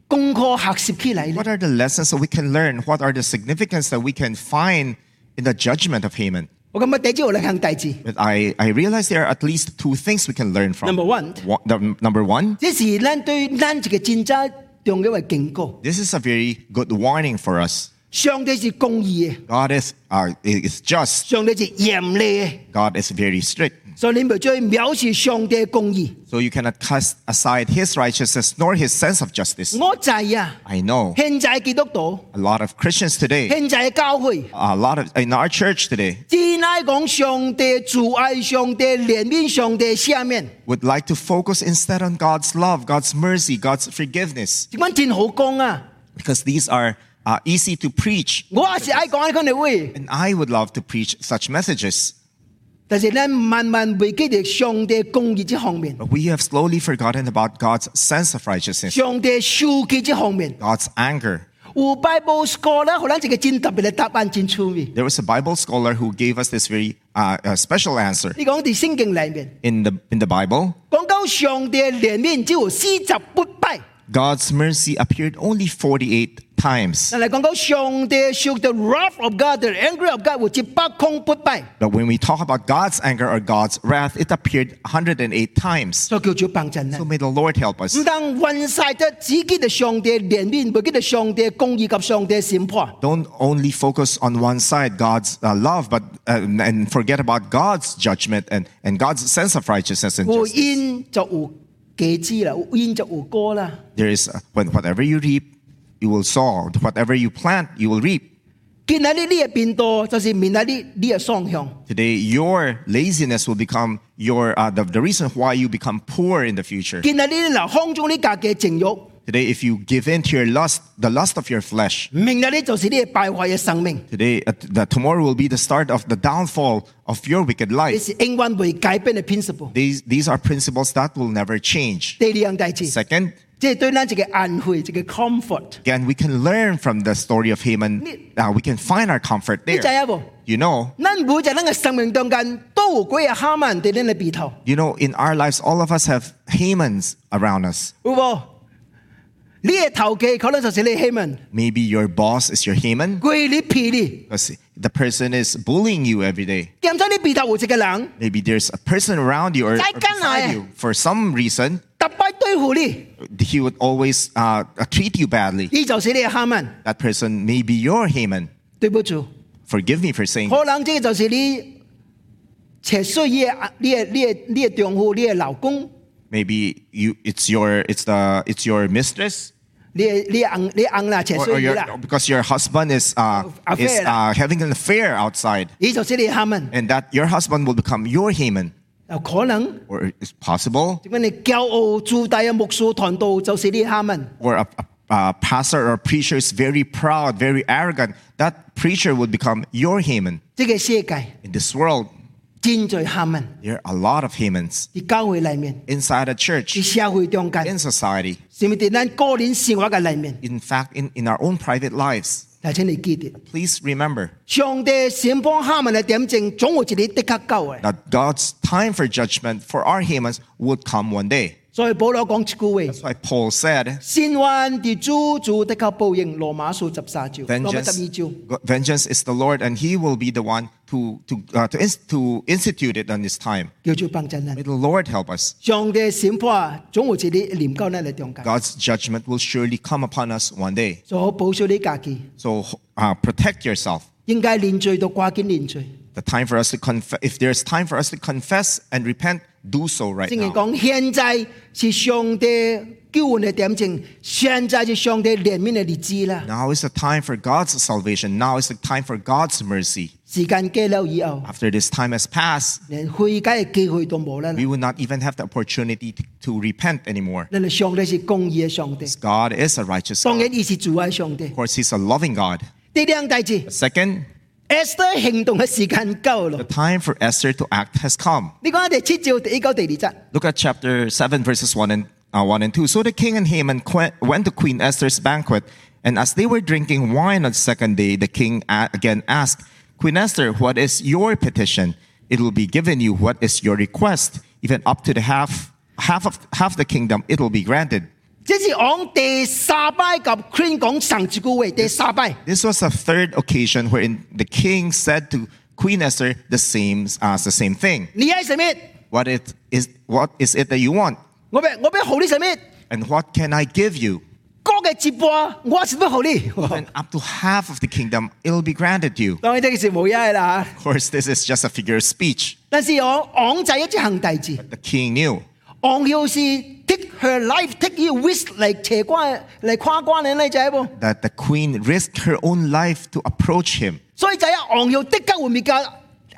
[SPEAKER 1] 功課學習起來呢
[SPEAKER 2] what？are the lessons that we can learn? What are the significance that we can find in the judgment of Haman?
[SPEAKER 1] 我感覺第一招有兩項大字。
[SPEAKER 2] But I, I realize there are at least two things we can learn from.
[SPEAKER 1] Number one.
[SPEAKER 2] Wha- the- number one,
[SPEAKER 1] 這是咱對咱一個戰爭用嘅一個警告。
[SPEAKER 2] this is a very good warning for us.
[SPEAKER 1] 上帝是公義嘅，
[SPEAKER 2] God is, uh, is just.
[SPEAKER 1] 上帝是嚴厲嘅，
[SPEAKER 2] God is very strict.
[SPEAKER 1] 所以你唔再藐視上帝嘅公義。
[SPEAKER 2] So you cannot cast aside his righteousness nor his sense of justice.
[SPEAKER 1] 我知啊，
[SPEAKER 2] I know
[SPEAKER 1] 現在基督徒，
[SPEAKER 2] a lot of Christians today,
[SPEAKER 1] 現在嘅教會，
[SPEAKER 2] a lot of in our church today,
[SPEAKER 1] 只乃講上帝主愛、上帝憐憫、上帝赦免，
[SPEAKER 2] would like to focus instead on God's love, God's mercy, God's forgiveness,
[SPEAKER 1] 點解真好講啊？
[SPEAKER 2] because these are uh, easy to preach.
[SPEAKER 1] 我也是愛講呢個嘅話，
[SPEAKER 2] And I would love to preach such messages.
[SPEAKER 1] 但是咱慢慢忘記咗上帝公義這方面，
[SPEAKER 2] But we have slowly forgotten about God's sense of righteousness,
[SPEAKER 1] 上帝受記這方面。
[SPEAKER 2] God's anger.
[SPEAKER 1] 有 Bible scholar 互咱一個真特別嘅答案，真趣味。
[SPEAKER 2] There was a Bible scholar who gave us this very uh, uh, special answer
[SPEAKER 1] 你講喺聖經裏面。
[SPEAKER 2] in the, in the Bible.
[SPEAKER 1] 讲到上帝嘅怜悯只有四十八拜，
[SPEAKER 2] God's mercy appeared only 48 times.
[SPEAKER 1] 但系讲到上帝受到 wrath of God、the anger of God 有一百空八拜，
[SPEAKER 2] But when we talk about God's anger or God's wrath, it appeared 108 times.
[SPEAKER 1] 所以叫做帮衬啦
[SPEAKER 2] So。may the Lord help us.
[SPEAKER 1] 唔当晕晒得只记得上帝怜悯，唔记得上帝公义及上帝审判。
[SPEAKER 2] Don't only focus on one side, God's uh, love, but uh, and forget about God's judgment and, and God's sense of righteousness and
[SPEAKER 1] 有
[SPEAKER 2] justice.
[SPEAKER 1] 因就有果子啦，有因就有果啦。
[SPEAKER 2] There is uh, when whatever you reap, you will sow. Whatever you plant, you will reap.
[SPEAKER 1] 今日你你嘅变多，就是明日你你嘅双向。
[SPEAKER 2] Today, your laziness will become your uh, the, the reason why you become poor in the future.
[SPEAKER 1] 今日你留空中你家嘅情欲，
[SPEAKER 2] Today, if you give in to your lust, the lust of your flesh,
[SPEAKER 1] 明日你就是你嘅败坏嘅生命，
[SPEAKER 2] today, uh, the, tomorrow will be the start of the downfall of your wicked
[SPEAKER 1] 你
[SPEAKER 2] life.
[SPEAKER 1] 是永远未改变嘅 principle。
[SPEAKER 2] These, these are principles that will never change.
[SPEAKER 1] 第二样大事。
[SPEAKER 2] Second,
[SPEAKER 1] 即係對咱一個安慰，一個 comfort。
[SPEAKER 2] again, we can learn from the story of Haman.
[SPEAKER 1] Ni-
[SPEAKER 2] Uh, we can find our comfort
[SPEAKER 1] 你知
[SPEAKER 2] there.
[SPEAKER 1] 影無？
[SPEAKER 2] You know,
[SPEAKER 1] 咱每一個人嘅生命中間都有幾個哈曼在咱嘅鼻頭，
[SPEAKER 2] you know, in our lives, all of us have Hamans around us.
[SPEAKER 1] 有無？你嘅頭家可能就是你希望，
[SPEAKER 2] Maybe your boss is your Haman
[SPEAKER 1] 佢你皮你，
[SPEAKER 2] because the person is bullying you every day.
[SPEAKER 1] 兼且你鼻頭有一個人
[SPEAKER 2] Maybe there's a person around you or, or
[SPEAKER 1] Sai ka na
[SPEAKER 2] beside
[SPEAKER 1] eh.
[SPEAKER 2] you for some reason.
[SPEAKER 1] 特別對付你，
[SPEAKER 2] He would always uh, uh, treat you badly.
[SPEAKER 1] 你就是你嘅哈曼。
[SPEAKER 2] That person may be your Haman.
[SPEAKER 1] 對不住，
[SPEAKER 2] Forgive me for saying
[SPEAKER 1] 可能這個就是你切需要嘅你嘅你嘅你嘅丈夫、你嘅老公，
[SPEAKER 2] maybe you it's your it's the it's your mistress
[SPEAKER 1] 你的你的翁你的翁啦，切
[SPEAKER 2] Or, or
[SPEAKER 1] 水你
[SPEAKER 2] your,
[SPEAKER 1] 啦，
[SPEAKER 2] because your husband is, uh,
[SPEAKER 1] Affair
[SPEAKER 2] is
[SPEAKER 1] lah.
[SPEAKER 2] uh, having an affair outside,
[SPEAKER 1] 伊就是你的下文，
[SPEAKER 2] and that your husband will become your Haman.
[SPEAKER 1] 有可能。
[SPEAKER 2] Or it's possible,
[SPEAKER 1] 點解你驕傲自大嘅牧師團道就是呢下文？
[SPEAKER 2] or a, a, a pastor or preacher is very proud, very arrogant, that preacher will become your Haman.
[SPEAKER 1] 即個世界
[SPEAKER 2] In this world,
[SPEAKER 1] 真在下文，
[SPEAKER 2] there are a lot of Hamans
[SPEAKER 1] 喺教會裏面，
[SPEAKER 2] inside a church,
[SPEAKER 1] 喺社會中間，
[SPEAKER 2] in society,
[SPEAKER 1] 甚至喺咱個人生活嘅裏面，
[SPEAKER 2] in fact, in, in our own private lives.
[SPEAKER 1] 但請你記住，
[SPEAKER 2] Please remember
[SPEAKER 1] 上帝審判下文嘅點證，總有一日的確夠嘅。
[SPEAKER 2] that God's time for judgment for our Hamans would come one day.
[SPEAKER 1] 所以保羅講一句話：
[SPEAKER 2] That's why Paul said,
[SPEAKER 1] 善患地主主的確報應。羅馬書十三章，羅馬十二
[SPEAKER 2] vengeance,
[SPEAKER 1] 章。
[SPEAKER 2] God- vengeance is the Lord, and He will be the one to to uh, to, ins- to institute it on His time.
[SPEAKER 1] 叫做幫襯人。
[SPEAKER 2] May the Lord help us.
[SPEAKER 1] 上帝審判總有一日臨到咱嘅中間，
[SPEAKER 2] God's judgment will surely come upon us one day.
[SPEAKER 1] 做好保守你家己，
[SPEAKER 2] So uh, protect yourself.
[SPEAKER 1] 應該連罪就掛緊連罪。
[SPEAKER 2] The time for us to confess. If there's time for us to confess and repent, do so right
[SPEAKER 1] 正言
[SPEAKER 2] now.
[SPEAKER 1] 講，現在是上帝救恩嘅點證，現在是上帝憐憫嘅日子啦。
[SPEAKER 2] Now is the time for God's salvation. Now is the time for God's mercy.
[SPEAKER 1] 時間過了以後，
[SPEAKER 2] After this time has passed,
[SPEAKER 1] 連悔改嘅機會都冇啦。
[SPEAKER 2] we will not even have the opportunity to, to repent anymore.
[SPEAKER 1] 因為上帝是公義嘅上帝，
[SPEAKER 2] God is a righteous
[SPEAKER 1] 當
[SPEAKER 2] God. Of
[SPEAKER 1] 然亦是主愛上帝。
[SPEAKER 2] course, He's a loving God.
[SPEAKER 1] 第兩大字
[SPEAKER 2] Second,
[SPEAKER 1] ，Esther 行動嘅時間夠咯
[SPEAKER 2] The。time for Esther to act has come.
[SPEAKER 1] 你講第七章第一到第二節，
[SPEAKER 2] Look at chapter 7, verses 1 and, uh, 1 and 2. So the king and Haman que- went to Queen Esther's banquet, and as they were drinking wine on the second day, the king a- again asked, Queen Esther, what is your petition? It will be given you. What is your request? Even up to the half, half of half the kingdom, it will be granted.
[SPEAKER 1] 這是講第三拜及 Queen 講上一句話，第三拜。
[SPEAKER 2] This was the third occasion wherein the king said to Queen Esther the same, uh, the same thing.
[SPEAKER 1] 你要什麼？
[SPEAKER 2] What it is, what is it that you want?
[SPEAKER 1] 我要我要好你什麼？
[SPEAKER 2] And what can I give you?
[SPEAKER 1] 國嘅一半，我是要好你。
[SPEAKER 2] and up to half of the kingdom, it'll be granted to you.
[SPEAKER 1] 當然呢個是冇嘢啦嚇。
[SPEAKER 2] Of course, this is just a figure of speech.
[SPEAKER 1] 但是哦我昂仔一隻行弟子，
[SPEAKER 2] The king knew.
[SPEAKER 1] 昂要是 take her life take your wish 嚟斜關嚟跨關嘅呢仔噃，
[SPEAKER 2] That the queen risked her own life to approach him.
[SPEAKER 1] 所以仔啊昂要的確會面教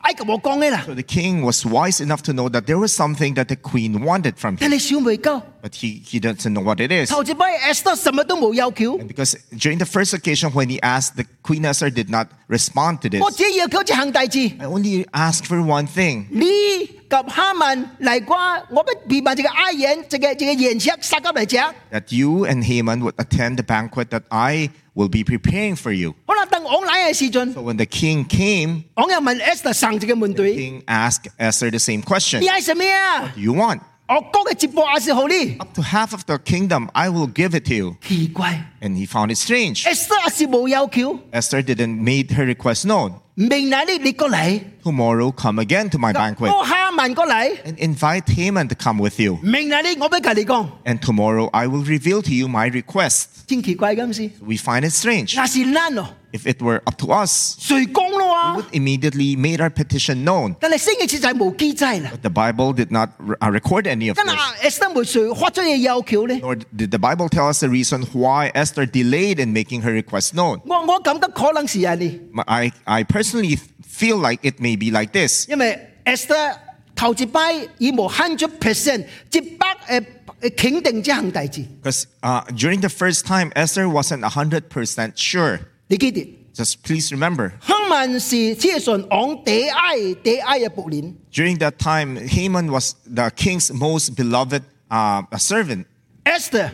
[SPEAKER 1] 埃及我講嘅啦，
[SPEAKER 2] So the king was wise enough to know that there was something that the queen wanted from
[SPEAKER 1] 但
[SPEAKER 2] him,
[SPEAKER 1] 你小妹夠，
[SPEAKER 2] but he, he doesn't know what it is.
[SPEAKER 1] 頭一班 Esther 什麼都冇要求，
[SPEAKER 2] Because during the first occasion when he asked, the queen Esther did not respond to
[SPEAKER 1] 我
[SPEAKER 2] this.
[SPEAKER 1] 只要求一隻行弟子，
[SPEAKER 2] I only asked for one thing.
[SPEAKER 1] 你及哈曼嚟關，我不避埋這個哀言，這個這個言石殺急嚟食。
[SPEAKER 2] That you and Haman would attend the banquet that I will be preparing for you.
[SPEAKER 1] 好啦，等昂嚟嘅時陣，
[SPEAKER 2] So when the king came,
[SPEAKER 1] 昂又問 Esther 上這個問
[SPEAKER 2] the
[SPEAKER 1] 題，
[SPEAKER 2] king asked Esther the same question.
[SPEAKER 1] 你係什麼啊？
[SPEAKER 2] you want.
[SPEAKER 1] 我國嘅接駁還是好呢？
[SPEAKER 2] Up to half of the kingdom, I will give it to you.
[SPEAKER 1] 奇怪。
[SPEAKER 2] And he found it strange.
[SPEAKER 1] Esther 也是冇要求，
[SPEAKER 2] Esther didn't make her request known.
[SPEAKER 1] 明奶你你過嚟，
[SPEAKER 2] Tomorrow, come again to my banquet
[SPEAKER 1] 我下文過嚟，
[SPEAKER 2] and invite Haman to come with you.
[SPEAKER 1] 明奶你我俾隔你講，
[SPEAKER 2] And tomorrow, I will reveal to you my request.
[SPEAKER 1] 真奇怪咁事，
[SPEAKER 2] We find it strange.
[SPEAKER 1] 那是難咯，
[SPEAKER 2] If it were up to us,
[SPEAKER 1] 誰講咯
[SPEAKER 2] we
[SPEAKER 1] 啊？
[SPEAKER 2] would immediately made our petition known.
[SPEAKER 1] 但係星期次就係無機制啦，
[SPEAKER 2] But the Bible did not re- uh, record any of
[SPEAKER 1] 真
[SPEAKER 2] this.
[SPEAKER 1] 係 Esther 冇誰發咗嘢要求咧，
[SPEAKER 2] Nor did the Bible tell us the reason why Esther delayed in making her request known.
[SPEAKER 1] 我我感覺可能是係你，
[SPEAKER 2] My- I, I personally feel like it may be like this.
[SPEAKER 1] 因為 Esther 頭一擺已無 hundred percent 接百誒誒肯定之行弟子，
[SPEAKER 2] Because uh, during the first time, Esther wasn't 100% sure.
[SPEAKER 1] 你記住。
[SPEAKER 2] Just please remember,
[SPEAKER 1] 香文是只順昂第埃第埃嘅僕人，
[SPEAKER 2] during that time, Haman was the king's most beloved uh, servant.
[SPEAKER 1] Esther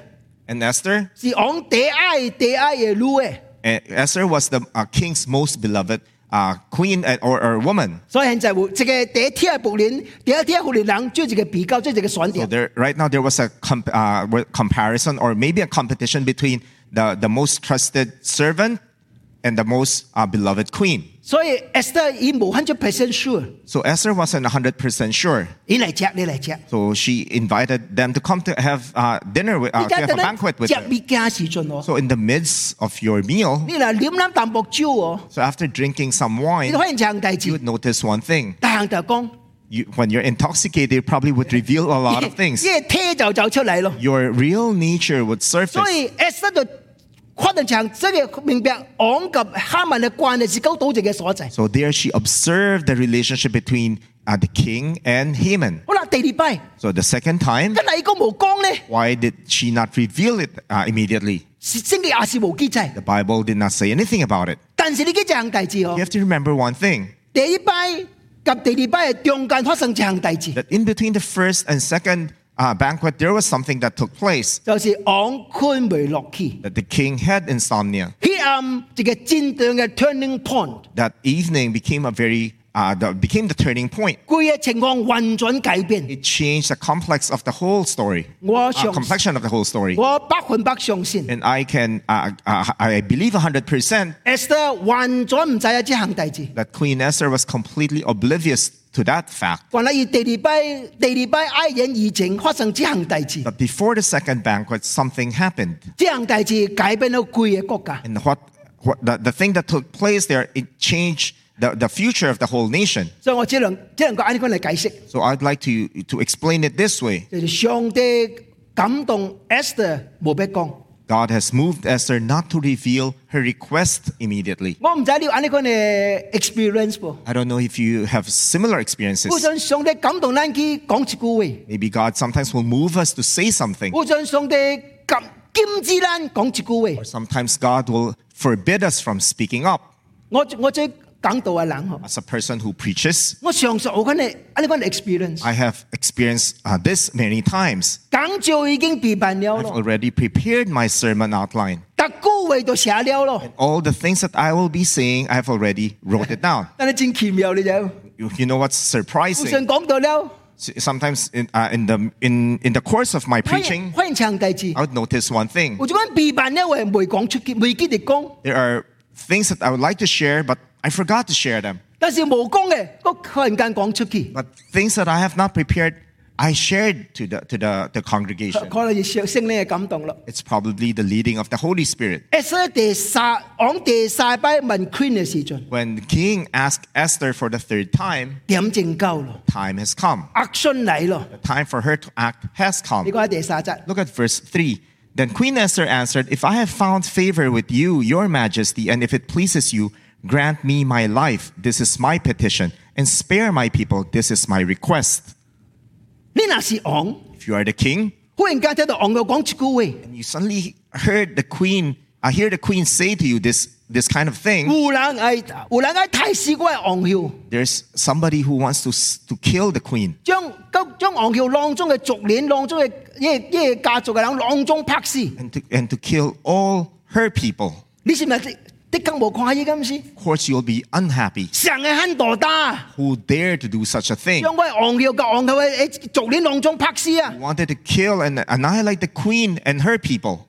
[SPEAKER 2] And Esther,
[SPEAKER 1] 是昂第埃第埃嘅女嘅。
[SPEAKER 2] eh, Esther was the uh, king's most beloved uh, queen eh, or, or woman.
[SPEAKER 1] 所以現在有這個第一天嘅僕人，第一天嘅僕人人做一個比較，做一個選
[SPEAKER 2] So
[SPEAKER 1] 擇。
[SPEAKER 2] there, right now, there was a comp- uh, re- comparison or maybe a competition between the, the most trusted servant and the most uh, beloved queen.
[SPEAKER 1] 所以 Esther 已無 hundred percent sure，
[SPEAKER 2] So Esther wasn't 100% sure.
[SPEAKER 1] 你嚟食，你嚟食。
[SPEAKER 2] So she invited them to come to have uh, dinner with, uh, to have a
[SPEAKER 1] 食
[SPEAKER 2] banquet with
[SPEAKER 1] 物
[SPEAKER 2] them.
[SPEAKER 1] 件時陣哦，
[SPEAKER 2] So in the midst of your meal,
[SPEAKER 1] 你嚟飲飲淡薄酒哦，
[SPEAKER 2] so after drinking some
[SPEAKER 1] 你
[SPEAKER 2] wine,
[SPEAKER 1] 可以行大
[SPEAKER 2] you
[SPEAKER 1] 字
[SPEAKER 2] would，notice one thing.
[SPEAKER 1] 大行就講，
[SPEAKER 2] you, when you're intoxicated, you probably would reveal a lot of things.
[SPEAKER 1] 因為貼就走出嚟咯。
[SPEAKER 2] Your real nature would surface.
[SPEAKER 1] 所以 S 得就跨得長，即係明白昂及哈曼嘅關係是高島直嘅所在。
[SPEAKER 2] So there she observed the relationship between uh, the king and Haman.
[SPEAKER 1] 好啦，第二拜，
[SPEAKER 2] So the second time,
[SPEAKER 1] 跟第二個無光咧，
[SPEAKER 2] why did she not reveal it uh, immediately?
[SPEAKER 1] 是真嘅也是無機制。
[SPEAKER 2] The Bible did not say anything about it.
[SPEAKER 1] 但是呢幾隻行弟子
[SPEAKER 2] You
[SPEAKER 1] 哦，
[SPEAKER 2] have to remember one thing
[SPEAKER 1] 第一拜及第二拜係中間發生隻行弟子，
[SPEAKER 2] that in between the first and second uh, banquet, there was something that took place
[SPEAKER 1] 就是昂坤梅洛基。
[SPEAKER 2] that the king had insomnia.
[SPEAKER 1] 黑暗這個戰爭嘅 turning point，
[SPEAKER 2] That evening became a very uh, the, became the turning point.
[SPEAKER 1] 佢嘅情況運轉改變。
[SPEAKER 2] It changed the complex of the whole story,
[SPEAKER 1] Wow,
[SPEAKER 2] uh,
[SPEAKER 1] shucks.
[SPEAKER 2] complexion of the whole story.
[SPEAKER 1] 我百分百相信
[SPEAKER 2] And I can uh, uh, I believe hundred percent
[SPEAKER 1] ，Esther 完咗唔使一隻行弟子。
[SPEAKER 2] that Queen Esther was completely oblivious to that fact.
[SPEAKER 1] 原來要第二拜第二拜哀人疫情發生之行弟子，
[SPEAKER 2] That before the second banquet, something happened,
[SPEAKER 1] 之行弟子改變咗佢嘅國家。
[SPEAKER 2] and what, what the, the thing that took place there it changed the, the future of the whole nation.
[SPEAKER 1] 所以我只能只能夠按呢個嚟解釋，
[SPEAKER 2] So I'd like to to explain it this way:
[SPEAKER 1] 就係上帝感動 Esther 冇俾講。
[SPEAKER 2] God has moved Esther not to reveal her request immediately.
[SPEAKER 1] 我唔使你按呢個嚟 experience 噃。
[SPEAKER 2] I don't know if you have similar
[SPEAKER 1] 我
[SPEAKER 2] experiences.
[SPEAKER 1] 想上帝感動咱去講一句
[SPEAKER 2] Maybe God sometimes will move us to say something,
[SPEAKER 1] 話，我想上帝感禁止咱講一句話
[SPEAKER 2] or。sometimes God will forbid us from speaking up.
[SPEAKER 1] 我我最講道嘅人嗬，
[SPEAKER 2] As a person who preaches,
[SPEAKER 1] 我上述我講你按呢個嚟 experience，
[SPEAKER 2] I have experienced uh, this many times.
[SPEAKER 1] 講就已經備辦了
[SPEAKER 2] I've
[SPEAKER 1] 咯，
[SPEAKER 2] already prepared my sermon outline.
[SPEAKER 1] 特句話就寫了咯。
[SPEAKER 2] All the things that I will be saying, I've already wrote it down.
[SPEAKER 1] 但係真奇妙你就，
[SPEAKER 2] You, you know what's
[SPEAKER 1] 互
[SPEAKER 2] surprising?
[SPEAKER 1] 相講到了，
[SPEAKER 2] S- Sometimes in, uh, in the in in the course of my
[SPEAKER 1] 歡迎
[SPEAKER 2] preaching,
[SPEAKER 1] 歡迎長弟子
[SPEAKER 2] I。would notice one thing.
[SPEAKER 1] 我就講備辦呢我係未講出嘅，未記得講，
[SPEAKER 2] There are things that I would like to share, but I forgot to share them.
[SPEAKER 1] 但是冇講嘅，我突然間講出去，
[SPEAKER 2] But things that I have not prepared, I shared to the to the, the congregation.
[SPEAKER 1] 可能係上聖靈嘅感動啦。
[SPEAKER 2] It's probably the leading of the Holy Spirit.
[SPEAKER 1] S 第三，講第三拜問 Queen 嘅時陣，
[SPEAKER 2] When the king asked Esther for the third time,
[SPEAKER 1] 點正夠咯
[SPEAKER 2] time has come.
[SPEAKER 1] ，action 嚟咯。
[SPEAKER 2] The time for her to act has come.
[SPEAKER 1] 你講喺第三節，
[SPEAKER 2] Look at verse 3. Then Queen Esther answered, If I have found favor with you, your majesty, and if it pleases you, grant me my life. This is my petition. And spare my people. This is my request.
[SPEAKER 1] 你那是昂，
[SPEAKER 2] If you are the king,
[SPEAKER 1] 忽然間聽到昂又講出句話，
[SPEAKER 2] and you suddenly heard the queen, I hear the queen say to you this, this kind of thing,
[SPEAKER 1] 湖人係湖人係提示我係昂曉，
[SPEAKER 2] there's somebody who wants to, s- to kill the queen.
[SPEAKER 1] 將將昂曉當中嘅族鏈、當中嘅呢呢家族嘅人當中拍死。
[SPEAKER 2] and to, and to kill all her people.
[SPEAKER 1] 你是咪的的確無看依咁事？
[SPEAKER 2] Of course, you'll be unhappy.
[SPEAKER 1] 神係很大膽，
[SPEAKER 2] Who dare to do such a thing?
[SPEAKER 1] 將我係昂耀嘅昂佢喺逐年當中拍死啊！
[SPEAKER 2] Wanted to kill and annihilate the queen and her people.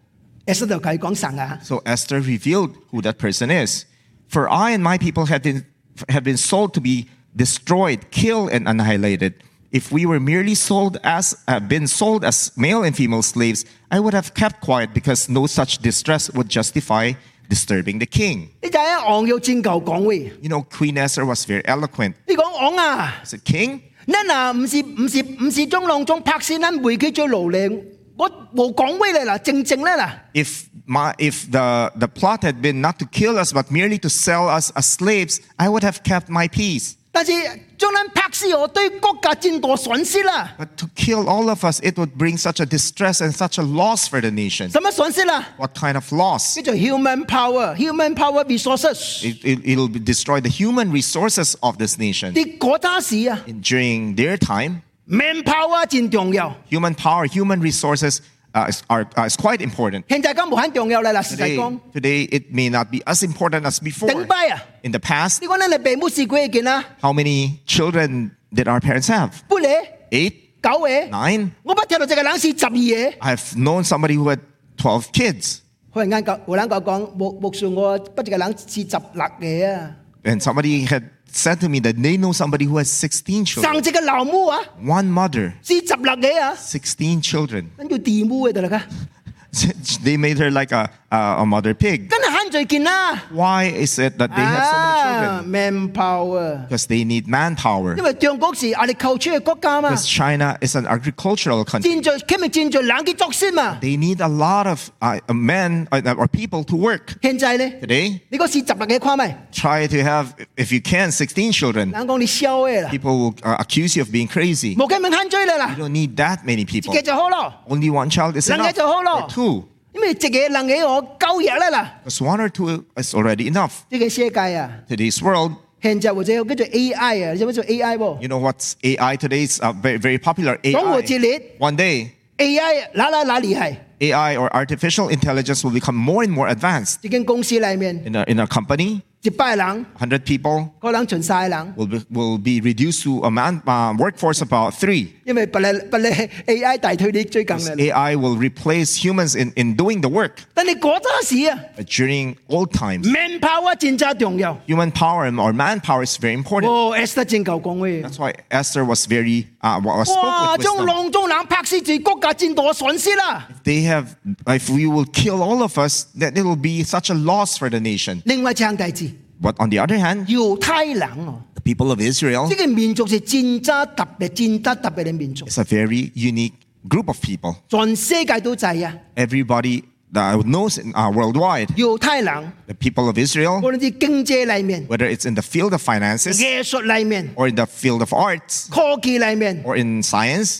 [SPEAKER 1] 耶穌就佢講神啊，
[SPEAKER 2] So Esther revealed who that person is. For I and my people have been have been sold to be destroyed, killed, and annihilated. If we were merely sold as uh, been sold as male and female slaves, I would have kept quiet because no such distress would justify disturbing the king.
[SPEAKER 1] 你就喺昂耀戰求講喂，
[SPEAKER 2] You know, Queen Esther was very eloquent.
[SPEAKER 1] 你講昂啊，
[SPEAKER 2] I said, King,
[SPEAKER 1] 恁啊唔是唔是唔是將當中拍死恁回佢做奴隸，我冇講喂你啦，正正咧啦，
[SPEAKER 2] if my if the the plot had been not to kill us but merely to sell us as slaves i would have kept my peace
[SPEAKER 1] 但是將恁拍死我對國家戰多損失啦，
[SPEAKER 2] but to kill all of us it would bring such a distress and such a loss for the nation
[SPEAKER 1] 什麼損失啦？
[SPEAKER 2] what kind of loss
[SPEAKER 1] 叫做 human power，human power resources，
[SPEAKER 2] it, it, it'll be- destroy the human resources of this nation
[SPEAKER 1] 啲嗰陣時啊
[SPEAKER 2] And during their time
[SPEAKER 1] ，man power 戰重要。
[SPEAKER 2] human power human resources uh, is, are, uh, is quite important
[SPEAKER 1] 現在咁無很重要啦，嗱，實際
[SPEAKER 2] today,
[SPEAKER 1] 講，
[SPEAKER 2] today it may not be as important as
[SPEAKER 1] 頂
[SPEAKER 2] before
[SPEAKER 1] 拜啊！
[SPEAKER 2] in the past
[SPEAKER 1] 你講你父母是幾多件啊？
[SPEAKER 2] how many children did our parents have
[SPEAKER 1] 八個、
[SPEAKER 2] eight
[SPEAKER 1] 九個，
[SPEAKER 2] nine
[SPEAKER 1] 我不聽到這個人是十二個。
[SPEAKER 2] I've known somebody who had 12 kids,
[SPEAKER 1] 忽然間有人講講，目目算我不這個人是十六個啊。
[SPEAKER 2] and somebody had said to me that they know somebody who has 16 children.
[SPEAKER 1] 生這個老母啊，
[SPEAKER 2] One mother,
[SPEAKER 1] 是十六個啊，
[SPEAKER 2] 16 children.
[SPEAKER 1] 咁叫地母嘅得啦㗎。
[SPEAKER 2] they made her like a, a, a mother pig.
[SPEAKER 1] 真係很侪囡仔？
[SPEAKER 2] Why is it that they have so
[SPEAKER 1] Ah.
[SPEAKER 2] many children?
[SPEAKER 1] manpower。
[SPEAKER 2] Because they need manpower.
[SPEAKER 1] 因為中國是壓力扣出嘅國家嘛，
[SPEAKER 2] Because China is an agricultural country.
[SPEAKER 1] 戰在佢咪戰在冷嘅作息嘛。
[SPEAKER 2] They need a lot of uh, men uh, or people to work.
[SPEAKER 1] 現在咧，
[SPEAKER 2] Today,
[SPEAKER 1] 你嗰市集落嘅跨咪，
[SPEAKER 2] try to have, if you can, 16 children.
[SPEAKER 1] 人講你笑嘅啦，
[SPEAKER 2] People will uh, accuse you of being crazy. You
[SPEAKER 1] 無咁樣慳追你啦，
[SPEAKER 2] don't need that many
[SPEAKER 1] 自
[SPEAKER 2] people.
[SPEAKER 1] 己就好咯。
[SPEAKER 2] Only one child is
[SPEAKER 1] 能嘅
[SPEAKER 2] enough.
[SPEAKER 1] 就好咯
[SPEAKER 2] Or，two.
[SPEAKER 1] 因為自己能嘅我夠日啦啦。
[SPEAKER 2] Because one or two is already enough.
[SPEAKER 1] 呢個世界啊，
[SPEAKER 2] Today's world,
[SPEAKER 1] 現在或者叫做 AI 啊，你知唔知做 AI 噃
[SPEAKER 2] you know what's AI today's uh, very, very popular? AI.
[SPEAKER 1] 講我自戀。
[SPEAKER 2] One day,
[SPEAKER 1] ？AI 哪哪哪厲害？
[SPEAKER 2] AI or artificial intelligence will become more and more advanced.
[SPEAKER 1] 一間公司裡面
[SPEAKER 2] In a, in a company,
[SPEAKER 1] 一百人，
[SPEAKER 2] 100 people
[SPEAKER 1] 嗰人盡晒人，
[SPEAKER 2] will be, will be reduced to a man, uh, workforce about three.
[SPEAKER 1] 因為不嚟不嚟 AI 大推你最近
[SPEAKER 2] This
[SPEAKER 1] 啦。
[SPEAKER 2] AI will replace humans in, in doing the work.
[SPEAKER 1] 但你嗰陣時啊
[SPEAKER 2] But during old times,
[SPEAKER 1] à. ，manpower 戰爭重要。
[SPEAKER 2] human power or manpower is very important.
[SPEAKER 1] 哦，Esther 戰夠講嘅。
[SPEAKER 2] That's why Esther was very, uh, wa- was spoke
[SPEAKER 1] 哇！
[SPEAKER 2] with
[SPEAKER 1] 將
[SPEAKER 2] wisdom.
[SPEAKER 1] 浪中冷拍死自國家戰鬥嘅損失啦。
[SPEAKER 2] They have, if we will kill all of us, that it will be such a loss for the nation.
[SPEAKER 1] 另外一項例子，
[SPEAKER 2] But on the other hand,
[SPEAKER 1] 猶太人哦，
[SPEAKER 2] the people of Israel
[SPEAKER 1] 呢個民族是戰爭特別、戰爭特別嘅民族，
[SPEAKER 2] is a very unique group of people.
[SPEAKER 1] 全世界都制啊。
[SPEAKER 2] Everybody that knows in, uh, worldwide,
[SPEAKER 1] 猶太人
[SPEAKER 2] the people of Israel,
[SPEAKER 1] 無論係經濟裡面、
[SPEAKER 2] whether it's in the field of finances
[SPEAKER 1] 藝術裡面、
[SPEAKER 2] or in the field of arts
[SPEAKER 1] 科技裡面、
[SPEAKER 2] or in science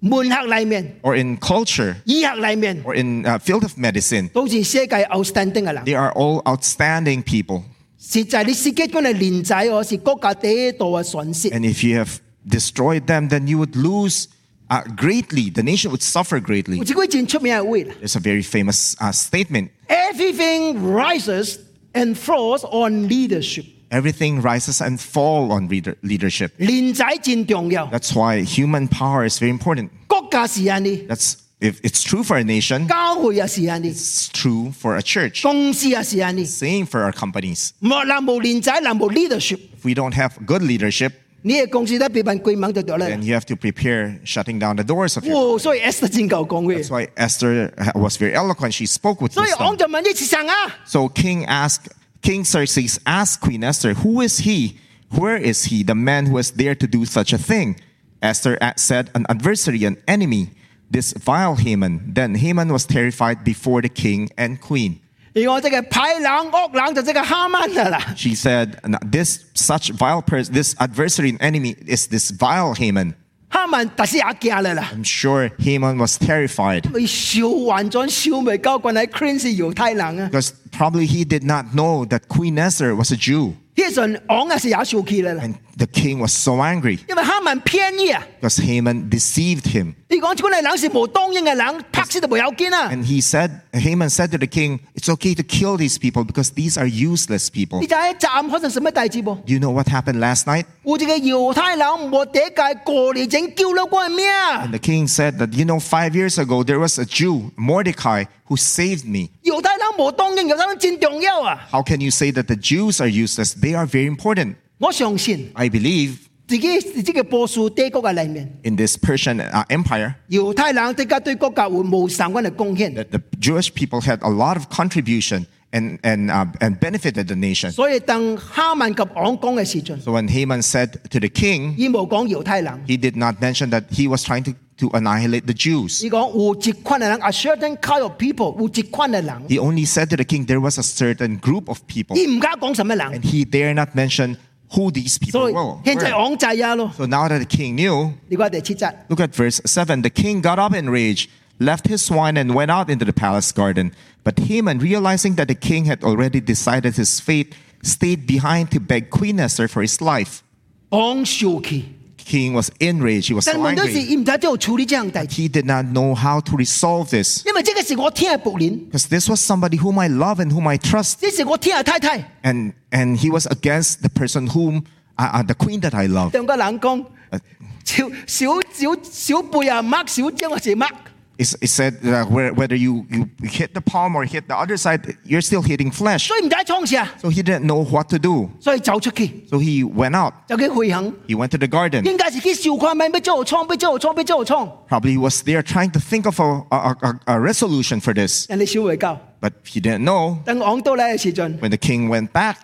[SPEAKER 1] 文學裡面、
[SPEAKER 2] or in culture
[SPEAKER 1] 醫學裡面，
[SPEAKER 2] or in uh, field of medicine,
[SPEAKER 1] 都是世界 outstanding 嘅人。
[SPEAKER 2] they are all outstanding people.
[SPEAKER 1] 實在你世界本嚟連仔我是國家第一度嘅損失。
[SPEAKER 2] And if you have destroyed them, then you would lose uh, greatly. The nation would suffer greatly.
[SPEAKER 1] 我只會戰出名嘅會啦。
[SPEAKER 2] There's a very famous uh, statement
[SPEAKER 1] Everything rises and falls on leadership。
[SPEAKER 2] everything rises and falls on reader- leadership.
[SPEAKER 1] 連仔戰重要。
[SPEAKER 2] That's why human power is very important.
[SPEAKER 1] 國家是安尼，
[SPEAKER 2] That's if it's true for a nation,
[SPEAKER 1] 教會也是安尼，
[SPEAKER 2] it's true for a church.
[SPEAKER 1] 公司也是安尼。
[SPEAKER 2] Same for our companies.
[SPEAKER 1] 莫人無連仔，人無 leadership。
[SPEAKER 2] If we don't have good leadership,
[SPEAKER 1] 你嘅公司得俾人鬼猛就得啦。
[SPEAKER 2] then you have to prepare shutting down the doors of your.
[SPEAKER 1] 哇！所以 Esther 戰夠講嘅
[SPEAKER 2] That's，why Esther uh, was very eloquent. She spoke with
[SPEAKER 1] 所以
[SPEAKER 2] wisdom.
[SPEAKER 1] 王就問呢次神啊，
[SPEAKER 2] So King asked King Xerxes asked Queen Esther, "Who is he? Where is he? The man who is there to do such a thing?" Esther a- said, "An adversary, an enemy. This vile Haman." Then Haman was terrified before the king and queen.
[SPEAKER 1] 而我即係派冷惡冷就即係哈曼啊啦。
[SPEAKER 2] She said, "N- "This such vile person, this adversary and enemy is this vile Haman."
[SPEAKER 1] 哈曼特斯也驚啦啦，
[SPEAKER 2] I'm sure Haman was terrified
[SPEAKER 1] 佢笑還咗笑未交棍喺 Queen 是猶太人啊。
[SPEAKER 2] because probably he did not know that Queen Esther was a Jew,
[SPEAKER 1] 呢陣王啊是也笑氣啦啦，
[SPEAKER 2] and the king was so angry
[SPEAKER 1] 因為哈曼偏意啊。
[SPEAKER 2] because Haman deceived him.
[SPEAKER 1] 你講出嚟冷是無當應嘅冷，拍死都冇有見啊。
[SPEAKER 2] And he said, Haman said to the king, It's okay to kill these people because these are useless people.
[SPEAKER 1] 你就喺站可能什麼大字噃？
[SPEAKER 2] Do you know what happened last night?
[SPEAKER 1] 我哋嘅猶太人冇第一屆過嚟整叫咗關係咩啊？
[SPEAKER 2] And the king said that, You know, five years ago, there was a Jew, Mordecai, who saved me.
[SPEAKER 1] 猶太人冇當應，猶太人戰重要啊！
[SPEAKER 2] How can you say that the Jews are useless? They are very important.
[SPEAKER 1] 我相信
[SPEAKER 2] I believe
[SPEAKER 1] 自己自己嘅波斯帝國嘅裏面，
[SPEAKER 2] in this Persian uh, empire
[SPEAKER 1] 猶太人即刻對國家會無相關嘅貢獻，
[SPEAKER 2] that the Jewish people had a lot of contribution and, and, uh, and benefited the nation.
[SPEAKER 1] 所以當哈曼及昂講嘅時陣，
[SPEAKER 2] So when Haman said to the king,
[SPEAKER 1] 已冇講猶太人，
[SPEAKER 2] he did not mention that he was trying to, to annihilate the Jews.
[SPEAKER 1] 而講有一群嘅人，a certain kind of people，有一群嘅人，
[SPEAKER 2] He only said to the king there was a certain group of people,
[SPEAKER 1] 而唔加講什麼人，
[SPEAKER 2] and he dare not mention who these people
[SPEAKER 1] 所以
[SPEAKER 2] were.
[SPEAKER 1] 現在昂制啊咯，
[SPEAKER 2] So now that the king knew,
[SPEAKER 1] 你講第七節。
[SPEAKER 2] look at verse 7. The king got up in rage, left his swine, and went out into the palace garden. But Haman, realizing that the king had already decided his fate, stayed behind to beg Queen Esther for his life.
[SPEAKER 1] 昂受氣，
[SPEAKER 2] The king was enraged, he was
[SPEAKER 1] 但
[SPEAKER 2] so
[SPEAKER 1] 問題是
[SPEAKER 2] angry.
[SPEAKER 1] 唔知點處理呢樣大事，
[SPEAKER 2] He did not know how to resolve this.
[SPEAKER 1] 因為呢個是我天嘅僕人。
[SPEAKER 2] Because this was somebody whom I love and whom I trust,
[SPEAKER 1] 呢是我天下太太
[SPEAKER 2] and, and he was against the person whom, uh, uh, the queen that I love. Uh,
[SPEAKER 1] 兩個冷公，小小小小輩啊，掹小姐我是掹，
[SPEAKER 2] It's- It said that where- whether you, you hit the palm or hit the other side, you're still hitting flesh.
[SPEAKER 1] 所以唔使創事啊，
[SPEAKER 2] So he didn't know what to do.
[SPEAKER 1] 所以走出去
[SPEAKER 2] So he went out.
[SPEAKER 1] 就去回行，
[SPEAKER 2] He went to the garden.
[SPEAKER 1] 應該是去小看咪咩做倉，咩做倉，咩做倉，
[SPEAKER 2] Probably he was there trying to think of a, a, a, a resolution for this,
[SPEAKER 1] 人哋小回教。
[SPEAKER 2] but he didn't know.
[SPEAKER 1] 等昂到嚟嘅時陣，
[SPEAKER 2] When the king went back,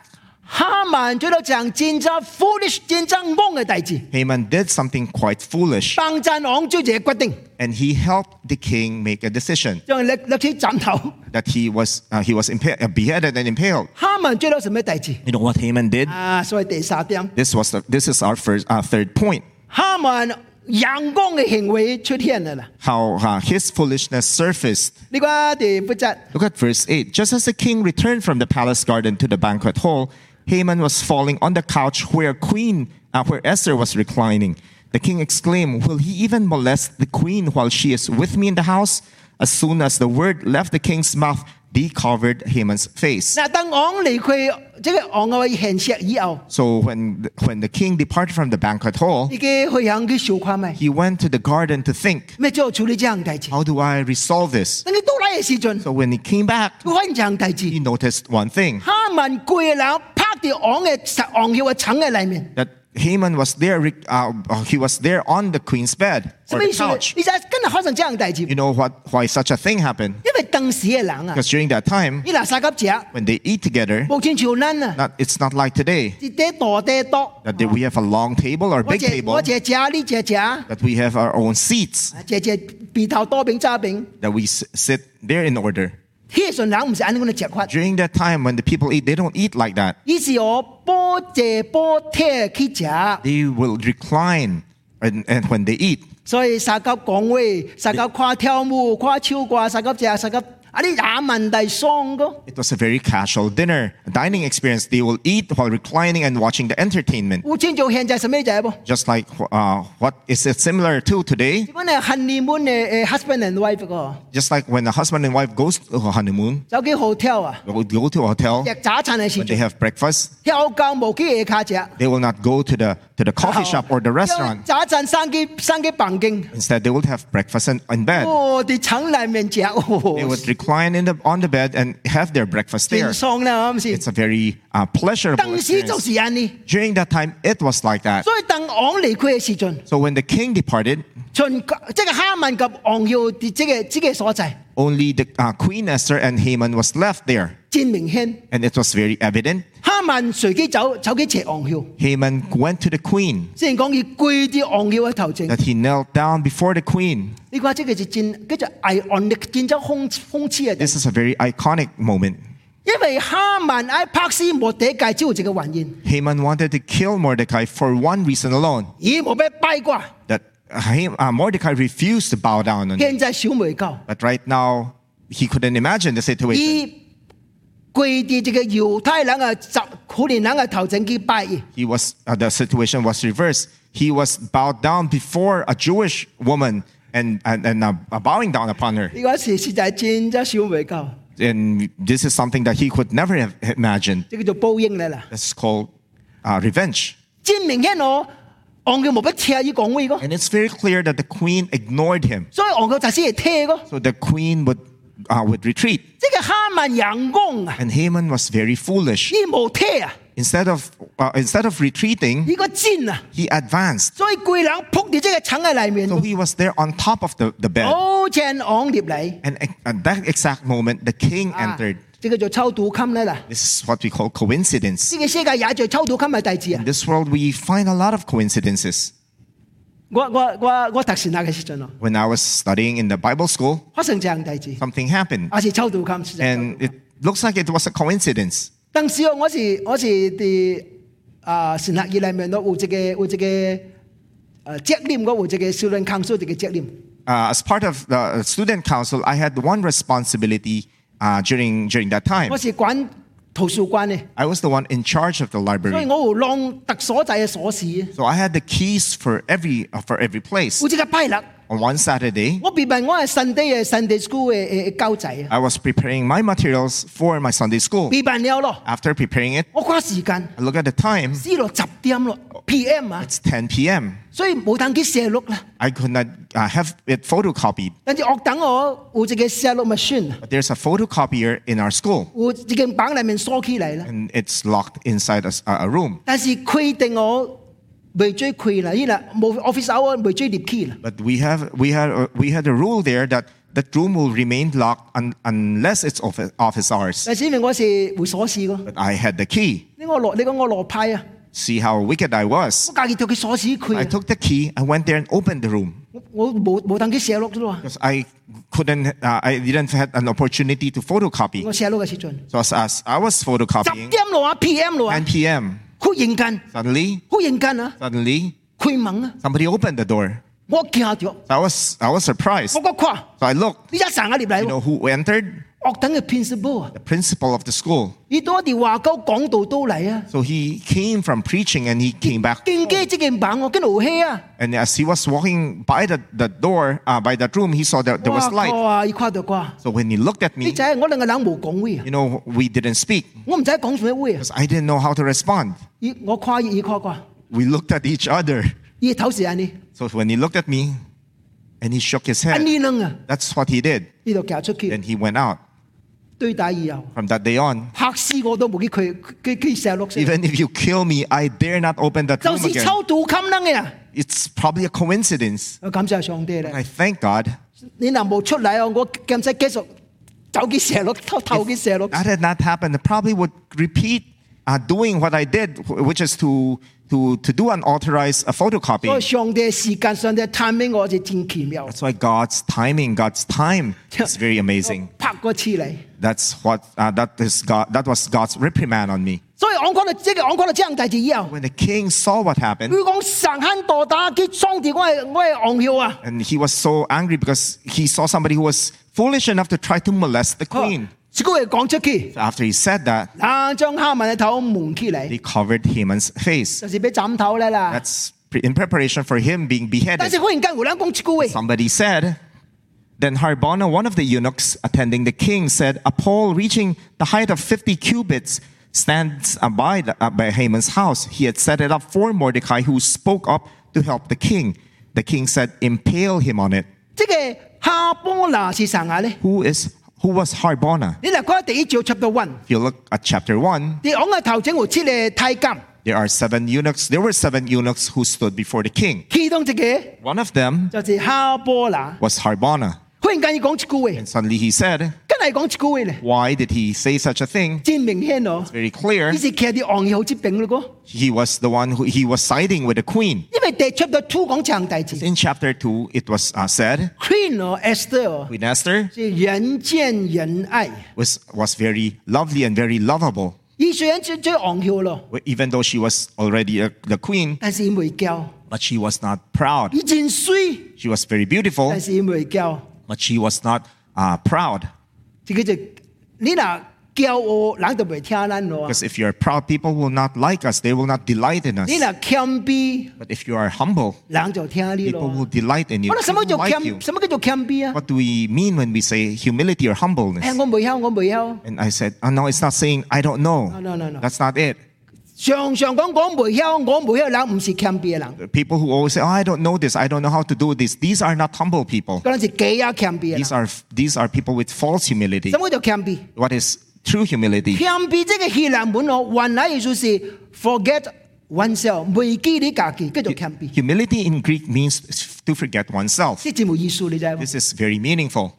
[SPEAKER 1] 哈曼做到場戰爭 foolish 戰爭戇嘅弟子，
[SPEAKER 2] Haman did something quite foolish,
[SPEAKER 1] 幫陣昂做嘢決定，
[SPEAKER 2] and he helped the king make a decision
[SPEAKER 1] 將佢搦搦起斬頭。
[SPEAKER 2] that he was uh, he was impa- uh, beheaded and impaled.
[SPEAKER 1] 哈曼做到什麼弟子？
[SPEAKER 2] You know what Haman did?
[SPEAKER 1] 啊，所以第三點，
[SPEAKER 2] This was the, this is our first uh, third point.
[SPEAKER 1] 哈曼陽光嘅行為出現了啦。
[SPEAKER 2] How uh, his foolishness surfaced.
[SPEAKER 1] 呢個第不質。
[SPEAKER 2] Look at verse 8. Just as the king returned from the palace garden to the banquet hall, Haman was falling on the couch where Queen uh, where Esther was reclining. The king exclaimed, "Will he even molest the queen while she is with me in the house?" As soon as the word left the king's mouth, they covered Haman's face.
[SPEAKER 1] 嗱，當昂離開即係昂嘅現實以後，
[SPEAKER 2] So when when the king departed from the banquet hall,
[SPEAKER 1] 已經去向佢小看咪
[SPEAKER 2] he went to the garden to think,
[SPEAKER 1] 咩做處理呢樣弟子？
[SPEAKER 2] "How do I resolve this?"
[SPEAKER 1] 等佢到嚟嘅時陣，
[SPEAKER 2] So when he came back,
[SPEAKER 1] 佢揾樣弟
[SPEAKER 2] he
[SPEAKER 1] 子，
[SPEAKER 2] noticed one thing
[SPEAKER 1] 哈曼跪兩拍住昂嘅實昂嘅層嘅裏面。
[SPEAKER 2] that Haman was there. re- Uh, uh, he was there on the queen's bed
[SPEAKER 1] 什麼
[SPEAKER 2] or the
[SPEAKER 1] 意思呢？
[SPEAKER 2] couch. 嗯
[SPEAKER 1] 你就係跟住開上這樣弟子，
[SPEAKER 2] You
[SPEAKER 1] 因
[SPEAKER 2] know what? Why such a thing happened?
[SPEAKER 1] 為當時嘅人啊，
[SPEAKER 2] Because during that time,
[SPEAKER 1] 伊嗱撒急者，
[SPEAKER 2] when they eat together,
[SPEAKER 1] 無錢潮撚啊，
[SPEAKER 2] not, it's not like today
[SPEAKER 1] 啲爹多爹多，
[SPEAKER 2] that they- we have a long table or
[SPEAKER 1] 我
[SPEAKER 2] big
[SPEAKER 1] 隻我
[SPEAKER 2] table
[SPEAKER 1] 隻隻呢隻隻，
[SPEAKER 2] that we have our own seats
[SPEAKER 1] 隻隻鼻頭多餅揸餅，
[SPEAKER 2] that we s- sit there in order.
[SPEAKER 1] 天上人唔是按呢個嚟食法。
[SPEAKER 2] During that time, when the people eat, they don't eat like that.
[SPEAKER 1] 於是哦我波謝波貼去食，
[SPEAKER 2] They will recline, and, and when they eat,
[SPEAKER 1] 所以撒急講喂，撒急跨跳舞、跨超掛，撒急食，撒急啊啲也文第喪個，
[SPEAKER 2] it was a very casual dinner, a dining experience. They will eat while reclining and watching the entertainment,
[SPEAKER 1] 有錢做現在係咩仔噃？
[SPEAKER 2] just like uh, what is it similar to today?
[SPEAKER 1] 我哋 honeymoon 嘅誒 husband and wife 個，
[SPEAKER 2] Just like when a husband and wife goes to a honeymoon,
[SPEAKER 1] 走幾 hotel 啊，
[SPEAKER 2] they will go to a hotel.
[SPEAKER 1] 食早餐嘅時
[SPEAKER 2] When they
[SPEAKER 1] 候，
[SPEAKER 2] have breakfast,
[SPEAKER 1] 跳夠無幾嘢卡食。
[SPEAKER 2] they will not go to the to the
[SPEAKER 1] Oh.
[SPEAKER 2] coffee shop or the
[SPEAKER 1] 因為
[SPEAKER 2] restaurant.
[SPEAKER 1] 早餐生機生機棒經，
[SPEAKER 2] Instead, they will have breakfast in, in bed.
[SPEAKER 1] 我哋廠裡面食，
[SPEAKER 2] They
[SPEAKER 1] 哦
[SPEAKER 2] would recline in the, on the bed and have their breakfast
[SPEAKER 1] 全
[SPEAKER 2] there.
[SPEAKER 1] 喪啦，啱唔
[SPEAKER 2] It's
[SPEAKER 1] 先？
[SPEAKER 2] a very uh, pleasurable
[SPEAKER 1] 當時就
[SPEAKER 2] experience.
[SPEAKER 1] 是咁呢，
[SPEAKER 2] During that time, it was like that.
[SPEAKER 1] 所以當昂離開嘅時陣。
[SPEAKER 2] So when the king departed,
[SPEAKER 1] 秦即係哈曼及昂耀啲即嘅即嘅所在，
[SPEAKER 2] only the uh, Queen Esther and Haman was left there,
[SPEAKER 1] 戰明顯。
[SPEAKER 2] and it was very evident.
[SPEAKER 1] 哈曼隨機走，走幾斜昂耀。
[SPEAKER 2] Haman went to the queen,
[SPEAKER 1] 雖然講佢跪啲昂耀嘅頭前，
[SPEAKER 2] that he knelt down before the queen.
[SPEAKER 1] 呢個即係就戰，跟住係昂力戰爭空空痴啊！
[SPEAKER 2] This is a very iconic moment.
[SPEAKER 1] 因為哈曼喺柏斯莫第一屆招致嘅還願，
[SPEAKER 2] Haman wanted to kill Mordecai for one reason alone,
[SPEAKER 1] 咦冇咩拜啩？
[SPEAKER 2] that Ham- uh, Mordecai refused to bow down. On him.
[SPEAKER 1] 現在小梅教，
[SPEAKER 2] But right now, he couldn't imagine the situation.
[SPEAKER 1] 咦跪啲即嘅猶太人啊，十可憐人嘅頭前去拜，
[SPEAKER 2] He was uh, the situation was reversed. He was bowed down before a Jewish woman and and, and uh, bowing down upon her.
[SPEAKER 1] 呢個時時就係戰爭小梅教，
[SPEAKER 2] And this is something that he could never have imagined.
[SPEAKER 1] 即叫做報應嚟啦。
[SPEAKER 2] That's called uh, revenge.
[SPEAKER 1] 戰明顯我昂耀冇乜聽伊講咩個。
[SPEAKER 2] And it's very clear that the queen ignored him.
[SPEAKER 1] 所以昂個就先係聽咯，
[SPEAKER 2] So the queen would, uh, would retreat.
[SPEAKER 1] 即係哈曼人工啊，
[SPEAKER 2] And Haman was very foolish.
[SPEAKER 1] 呢冇聽啊，
[SPEAKER 2] Instead of, uh, instead of retreating,
[SPEAKER 1] 呢個尖啊，
[SPEAKER 2] he advanced.
[SPEAKER 1] 所以攰冷撲住即係層喺裏面，
[SPEAKER 2] So he was there on top of the, the bed.
[SPEAKER 1] 好正昂入嚟，
[SPEAKER 2] And ex- at that exact moment, the king
[SPEAKER 1] 啊
[SPEAKER 2] entered.
[SPEAKER 1] 即叫做抽肚襟啦嗱，呢
[SPEAKER 2] This is what we call coincidence.
[SPEAKER 1] 個世界也做抽肚襟嘅弟子啊
[SPEAKER 2] In，this world, we find a lot of coincidences.
[SPEAKER 1] 我我我我特時那嘅時陣咯，
[SPEAKER 2] When I was studying in the Bible school,
[SPEAKER 1] 發生這樣弟子，啊
[SPEAKER 2] something happened.
[SPEAKER 1] 我是抽肚襟時陣。
[SPEAKER 2] And it looks like it was a coincidence.
[SPEAKER 1] 當時我是我是啲啊神學院裏面咯，有一個有一個誒責呃任，我有一個少年康數一個責任。
[SPEAKER 2] Uh, as part of the student council, I had one responsibility uh, during, during that time.
[SPEAKER 1] 我是管圖書館嘅，
[SPEAKER 2] I was the one in charge of the
[SPEAKER 1] 所以
[SPEAKER 2] library.
[SPEAKER 1] 我有浪特所在嘅鎖匙。
[SPEAKER 2] So I had the keys for every, uh, for every place.
[SPEAKER 1] 我即刻拜六，
[SPEAKER 2] On one Saturday,
[SPEAKER 1] 我別問我係 Sunday 嘅 Sunday school 嘅嘅嘅教仔啊，
[SPEAKER 2] I was preparing my materials for my Sunday school.
[SPEAKER 1] 別問了咯，
[SPEAKER 2] After preparing it,
[SPEAKER 1] 我趕時間，
[SPEAKER 2] I look at the time.
[SPEAKER 1] 知道十點咯， PM 啊，
[SPEAKER 2] It's 10 p.m.
[SPEAKER 1] 所以冇等佢射錄啦。
[SPEAKER 2] I could not uh, have it photocopied.
[SPEAKER 1] 但係我等我哦有一個射錄 machine，啊
[SPEAKER 2] But there's a photocopier in our school,
[SPEAKER 1] 有一個板裡面鎖起嚟啦。
[SPEAKER 2] and it's locked inside a, s- a- a room.
[SPEAKER 1] 但是規定我未追規啦，依啦冇 office hour 未追入去啦。
[SPEAKER 2] But we have we had a, we had a rule there that that room will remain locked un, unless it's office, office hours.
[SPEAKER 1] 但是因為我是會鎖匙個，
[SPEAKER 2] But I had the key.
[SPEAKER 1] 你我落你講我落派啊，
[SPEAKER 2] See how wicked I
[SPEAKER 1] 我
[SPEAKER 2] was.
[SPEAKER 1] 隔日就佢鎖匙
[SPEAKER 2] I
[SPEAKER 1] 佢，
[SPEAKER 2] took the key. I went there and opened the room
[SPEAKER 1] 我我冇冇等佢射錄啫喎。
[SPEAKER 2] because I couldn't. Uh, I didn't have an opportunity to photocopy.
[SPEAKER 1] 我射錄嘅時陣，
[SPEAKER 2] So as, as I was
[SPEAKER 1] 十
[SPEAKER 2] photocopying,
[SPEAKER 1] 點咯啊，PM 咯啊
[SPEAKER 2] 9，p.m.
[SPEAKER 1] 忽然間，
[SPEAKER 2] Suddenly,
[SPEAKER 1] 忽然間啊，
[SPEAKER 2] suddenly,
[SPEAKER 1] 佢猛啊，
[SPEAKER 2] somebody opened the door.
[SPEAKER 1] 我驚咗，
[SPEAKER 2] I was I was surprised.
[SPEAKER 1] 我個跨。
[SPEAKER 2] So I looked.
[SPEAKER 1] 呢一成啊入嚟
[SPEAKER 2] You
[SPEAKER 1] 喎，
[SPEAKER 2] know who entered?
[SPEAKER 1] 惡等嘅 principle 啊！
[SPEAKER 2] The principal of the school.
[SPEAKER 1] 而當我哋話鳩講道都嚟啊，
[SPEAKER 2] So he came from preaching and he came back.
[SPEAKER 1] 勁機即勁棒我跟住氣啊！
[SPEAKER 2] And as he was walking by the, the door, uh, by that room, he saw that there
[SPEAKER 1] 哇
[SPEAKER 2] was light.
[SPEAKER 1] 靠啊！要跨到啩？
[SPEAKER 2] So when he looked at
[SPEAKER 1] 呢
[SPEAKER 2] me,
[SPEAKER 1] 仔我兩個人冇講會啊，
[SPEAKER 2] you know, we didn't speak
[SPEAKER 1] 我唔使講咩會啊！
[SPEAKER 2] because I didn't know how to respond.
[SPEAKER 1] 而我跨越，而跨啩，而
[SPEAKER 2] We looked at each other.
[SPEAKER 1] 頭時係你，
[SPEAKER 2] So when he looked at me and he shook his
[SPEAKER 1] 阿
[SPEAKER 2] head,
[SPEAKER 1] 呢楞啊，
[SPEAKER 2] that's what he did.
[SPEAKER 1] 呢度夾出
[SPEAKER 2] Then
[SPEAKER 1] 去，
[SPEAKER 2] he went out.
[SPEAKER 1] 對打以後，
[SPEAKER 2] From that day on,
[SPEAKER 1] 嚇死我都冇見佢，佢佢成日落成，
[SPEAKER 2] even if you kill me, I dare not open that
[SPEAKER 1] 就
[SPEAKER 2] room
[SPEAKER 1] 是
[SPEAKER 2] again.
[SPEAKER 1] 抽到襟楞嘅啊！
[SPEAKER 2] It's probably a coincidence.
[SPEAKER 1] 我感謝上帝
[SPEAKER 2] And
[SPEAKER 1] 咧，
[SPEAKER 2] I thank God
[SPEAKER 1] 你能冇出嚟啊？我咁使繼續走佢射落，偷偷佢射落
[SPEAKER 2] If，that had not happened, I probably would repeat uh, doing what I did, wh- which is to to to do unauthorized uh,
[SPEAKER 1] 所以
[SPEAKER 2] photocopy.
[SPEAKER 1] 上帝嘅時間，上帝嘅 timing 我就真奇妙。
[SPEAKER 2] That's why God's timing, God's time is very amazing.
[SPEAKER 1] 拍過次嚟，
[SPEAKER 2] That's what uh, that is God. That was God's reprimand on me.
[SPEAKER 1] 所以我講到即係我講到這樣大字以後，
[SPEAKER 2] When the king saw what
[SPEAKER 1] 佢
[SPEAKER 2] happened,
[SPEAKER 1] 講神肯墮打佢喪掉我係我係昂耀啊！
[SPEAKER 2] and he was so angry because he saw somebody who was foolish enough to try to molest the queen.
[SPEAKER 1] 小高人講出去，
[SPEAKER 2] After he said that,
[SPEAKER 1] 啊將哈曼嘅頭蒙起
[SPEAKER 2] they
[SPEAKER 1] 嚟，
[SPEAKER 2] covered Haman's face.
[SPEAKER 1] 就是俾斬頭咧啦。
[SPEAKER 2] That's pre- in preparation for him being
[SPEAKER 1] 但
[SPEAKER 2] beheaded.
[SPEAKER 1] 是忽然間胡蘭講出句話，
[SPEAKER 2] Somebody said, Then Harbona, one of the eunuchs attending the king, said, A pole reaching the height of 50 cubits stands uh, by, the, uh, by Haman's house. He had set it up for Mordecai, who spoke up to help the king. The king said, Impale him on it.
[SPEAKER 1] 即係哈波拿是神啊咧。
[SPEAKER 2] Who is who was Harbona?
[SPEAKER 1] 你嚟講第一章 chapter one，
[SPEAKER 2] If you look at chapter 1,
[SPEAKER 1] 你昂嘅頭整胡切咧太監，
[SPEAKER 2] there are seven eunuchs. There were seven eunuchs who stood before the king.
[SPEAKER 1] 其中一個
[SPEAKER 2] One of them
[SPEAKER 1] 就是哈波拿。
[SPEAKER 2] was Harbona.
[SPEAKER 1] 忽然間要講出句話，
[SPEAKER 2] And suddenly he said,
[SPEAKER 1] 跟係講出句話咧，
[SPEAKER 2] Why did he say such a thing?
[SPEAKER 1] 真明顯哦。
[SPEAKER 2] Very clear.
[SPEAKER 1] 呢是騎啲昂耀之柄咯，
[SPEAKER 2] he was the one who he was siding with the queen.
[SPEAKER 1] 因為第 chapter two 講長大字。
[SPEAKER 2] In chapter 2, it was uh, said
[SPEAKER 1] Queen 哦，Esther 哦，
[SPEAKER 2] Queen Esther
[SPEAKER 1] 是人见人爱。
[SPEAKER 2] was, was very lovely and very lovable,
[SPEAKER 1] 伊雖然最最昂翹咯，
[SPEAKER 2] even though she was already a, the queen,
[SPEAKER 1] 但是伊未教。
[SPEAKER 2] but she was not proud.
[SPEAKER 1] 伊真水，
[SPEAKER 2] She was very beautiful,
[SPEAKER 1] 但是伊未教。
[SPEAKER 2] but she was not uh, proud.
[SPEAKER 1] 這個就你若驕傲，人就未聽咱咯啊。
[SPEAKER 2] Because if you are proud, people will not like us, they will not delight in us.
[SPEAKER 1] 你若謙卑，
[SPEAKER 2] But if you are humble,
[SPEAKER 1] 人就聽你咯
[SPEAKER 2] people
[SPEAKER 1] 啊。
[SPEAKER 2] will delight in you.
[SPEAKER 1] 我哋什
[SPEAKER 2] People
[SPEAKER 1] 麼
[SPEAKER 2] will
[SPEAKER 1] 叫
[SPEAKER 2] like you.
[SPEAKER 1] 謙？什麼叫做謙卑啊？
[SPEAKER 2] What do we mean when we say humility or
[SPEAKER 1] 哎，
[SPEAKER 2] humbleness?
[SPEAKER 1] 我未曉，我未曉。
[SPEAKER 2] And I said, oh, no, it's not saying I don't know.
[SPEAKER 1] No, no, no, no.
[SPEAKER 2] That's not it.
[SPEAKER 1] 常常講講未曉，我未曉，人唔是謙卑嘅人，
[SPEAKER 2] people who always say, "Oh, I don't know this. I don't know how to do this." These are not humble people.
[SPEAKER 1] 嗰陣是假啊謙卑嘅人。
[SPEAKER 2] These are these are people with false humility.
[SPEAKER 1] 什麼叫謙卑？
[SPEAKER 2] What is true humility?
[SPEAKER 1] 偏僻这个希腊文哦，原来意思是 forget oneself，忘記你自己，叫做偏僻，
[SPEAKER 2] Humility in Greek means to forget oneself.
[SPEAKER 1] 即係冇意思，你知冇？
[SPEAKER 2] This is very meaningful.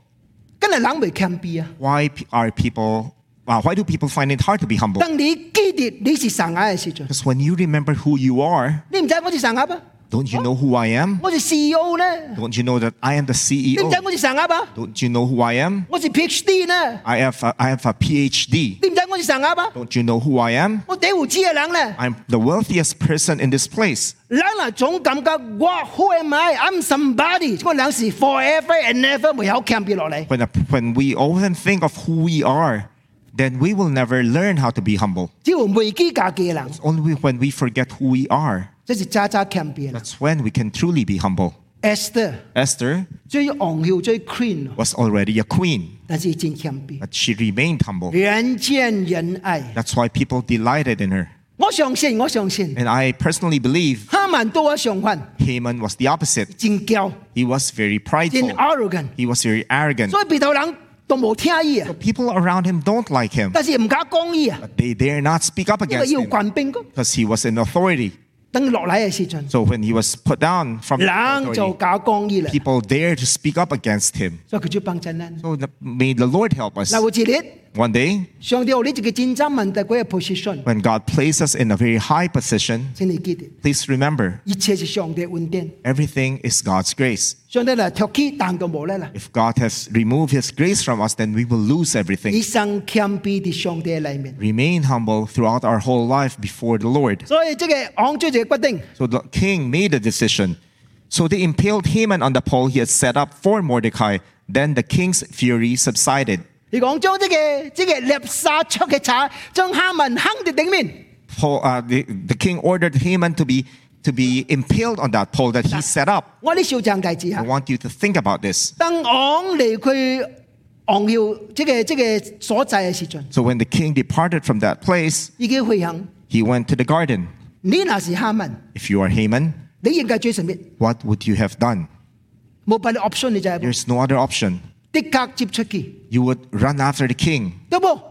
[SPEAKER 1] 今日人未偏僻啊！
[SPEAKER 2] Why p- are people? Uh, why do people find it hard to be humble?
[SPEAKER 1] 當你記得你是上海嘅時陣，
[SPEAKER 2] Because when you remember who you are,
[SPEAKER 1] 你唔知我是上海啊？
[SPEAKER 2] don't you know who I am?
[SPEAKER 1] 我是 CEO 咧，
[SPEAKER 2] Don't you know that I am the
[SPEAKER 1] 你唔知
[SPEAKER 2] CEO?
[SPEAKER 1] 我是上海啊？
[SPEAKER 2] Don't you know who I am?
[SPEAKER 1] 我是 PhD 咧，
[SPEAKER 2] I have a, I have a PhD.
[SPEAKER 1] 你唔知我是上海啊？
[SPEAKER 2] Don't you know who I am?
[SPEAKER 1] 我第胡子嘅人咧，
[SPEAKER 2] I'm the wealthiest person in this place.
[SPEAKER 1] 人啊總感覺我 Who am I？I'm somebody。我人是 forever and ever 未有偏僻落嚟。
[SPEAKER 2] when, when we often think of who we are, then we will never learn how to be humble.
[SPEAKER 1] 只有忘記自己嘅人，
[SPEAKER 2] Only when we forget who we are,
[SPEAKER 1] 即是渣渣偏僻嘅人。
[SPEAKER 2] that's when we can truly be humble.
[SPEAKER 1] Esther。
[SPEAKER 2] Esther
[SPEAKER 1] 最昂耀、最 clean，
[SPEAKER 2] was already a queen,
[SPEAKER 1] 但是真谦卑，
[SPEAKER 2] but she remained humble.
[SPEAKER 1] 人见人愛。
[SPEAKER 2] That's why people delighted in her.
[SPEAKER 1] 我相信，我相信，
[SPEAKER 2] And I personally believe
[SPEAKER 1] 哈曼都我相反，
[SPEAKER 2] Haman was the opposite.
[SPEAKER 1] 真骄，
[SPEAKER 2] He was very
[SPEAKER 1] 真
[SPEAKER 2] prideful.
[SPEAKER 1] arrogant，
[SPEAKER 2] He was very arrogant.
[SPEAKER 1] 所以被頭人都冇聽伊啊，
[SPEAKER 2] People around him don't like him.
[SPEAKER 1] 但是唔敢講伊啊，
[SPEAKER 2] They dare not speak up
[SPEAKER 1] 因為
[SPEAKER 2] against
[SPEAKER 1] 要
[SPEAKER 2] him
[SPEAKER 1] 軍兵哥，
[SPEAKER 2] because he was in authority.
[SPEAKER 1] 等落嚟嘅時陣，
[SPEAKER 2] So when he was put down from the
[SPEAKER 1] 人就
[SPEAKER 2] authority,
[SPEAKER 1] 敢講伊啦，
[SPEAKER 2] people dared to speak up against him.
[SPEAKER 1] 所以佢就幫襯咱。
[SPEAKER 2] So the, may the Lord help us.
[SPEAKER 1] 嗱，有一日，
[SPEAKER 2] One day,
[SPEAKER 1] 上帝有你一個真正問題嗰個 position，
[SPEAKER 2] when God placed us in a very high position,
[SPEAKER 1] 請你記得，
[SPEAKER 2] please remember
[SPEAKER 1] 一切是上帝恩典，
[SPEAKER 2] everything is God's grace.
[SPEAKER 1] 上帝嚟托起，但就冇咧啦。
[SPEAKER 2] If God has removed his grace from us, then we will lose everything.
[SPEAKER 1] 一生谦卑喺上帝嘅裏面。
[SPEAKER 2] Remain humble throughout our whole life before the Lord.
[SPEAKER 1] 所以即個昂主席決定，
[SPEAKER 2] So the king made a decision. So they impaled Haman on the pole he had set up for Mordecai. Then the king's fury subsided.
[SPEAKER 1] 你講將即個即個獵殺出嘅賊，將哈文坑喺頂面，
[SPEAKER 2] Paul, uh, the, the king ordered Haman to be to be impaled on that pole that he set up.
[SPEAKER 1] 我啲小將弟子
[SPEAKER 2] I
[SPEAKER 1] 嚇。
[SPEAKER 2] want you to think about this.
[SPEAKER 1] 當啊昂離佢昂耀即個即個所在嘅時陣，
[SPEAKER 2] So when the king departed from that place,
[SPEAKER 1] 已經回行。
[SPEAKER 2] he went to the garden.
[SPEAKER 1] 你那是哈文，
[SPEAKER 2] If you are Haman,
[SPEAKER 1] 你應該追上面，
[SPEAKER 2] what would you have done?
[SPEAKER 1] 冇俾你 option 你就係
[SPEAKER 2] There's no other option.
[SPEAKER 1] 的確接出去，
[SPEAKER 2] You would run after the king
[SPEAKER 1] 得冇？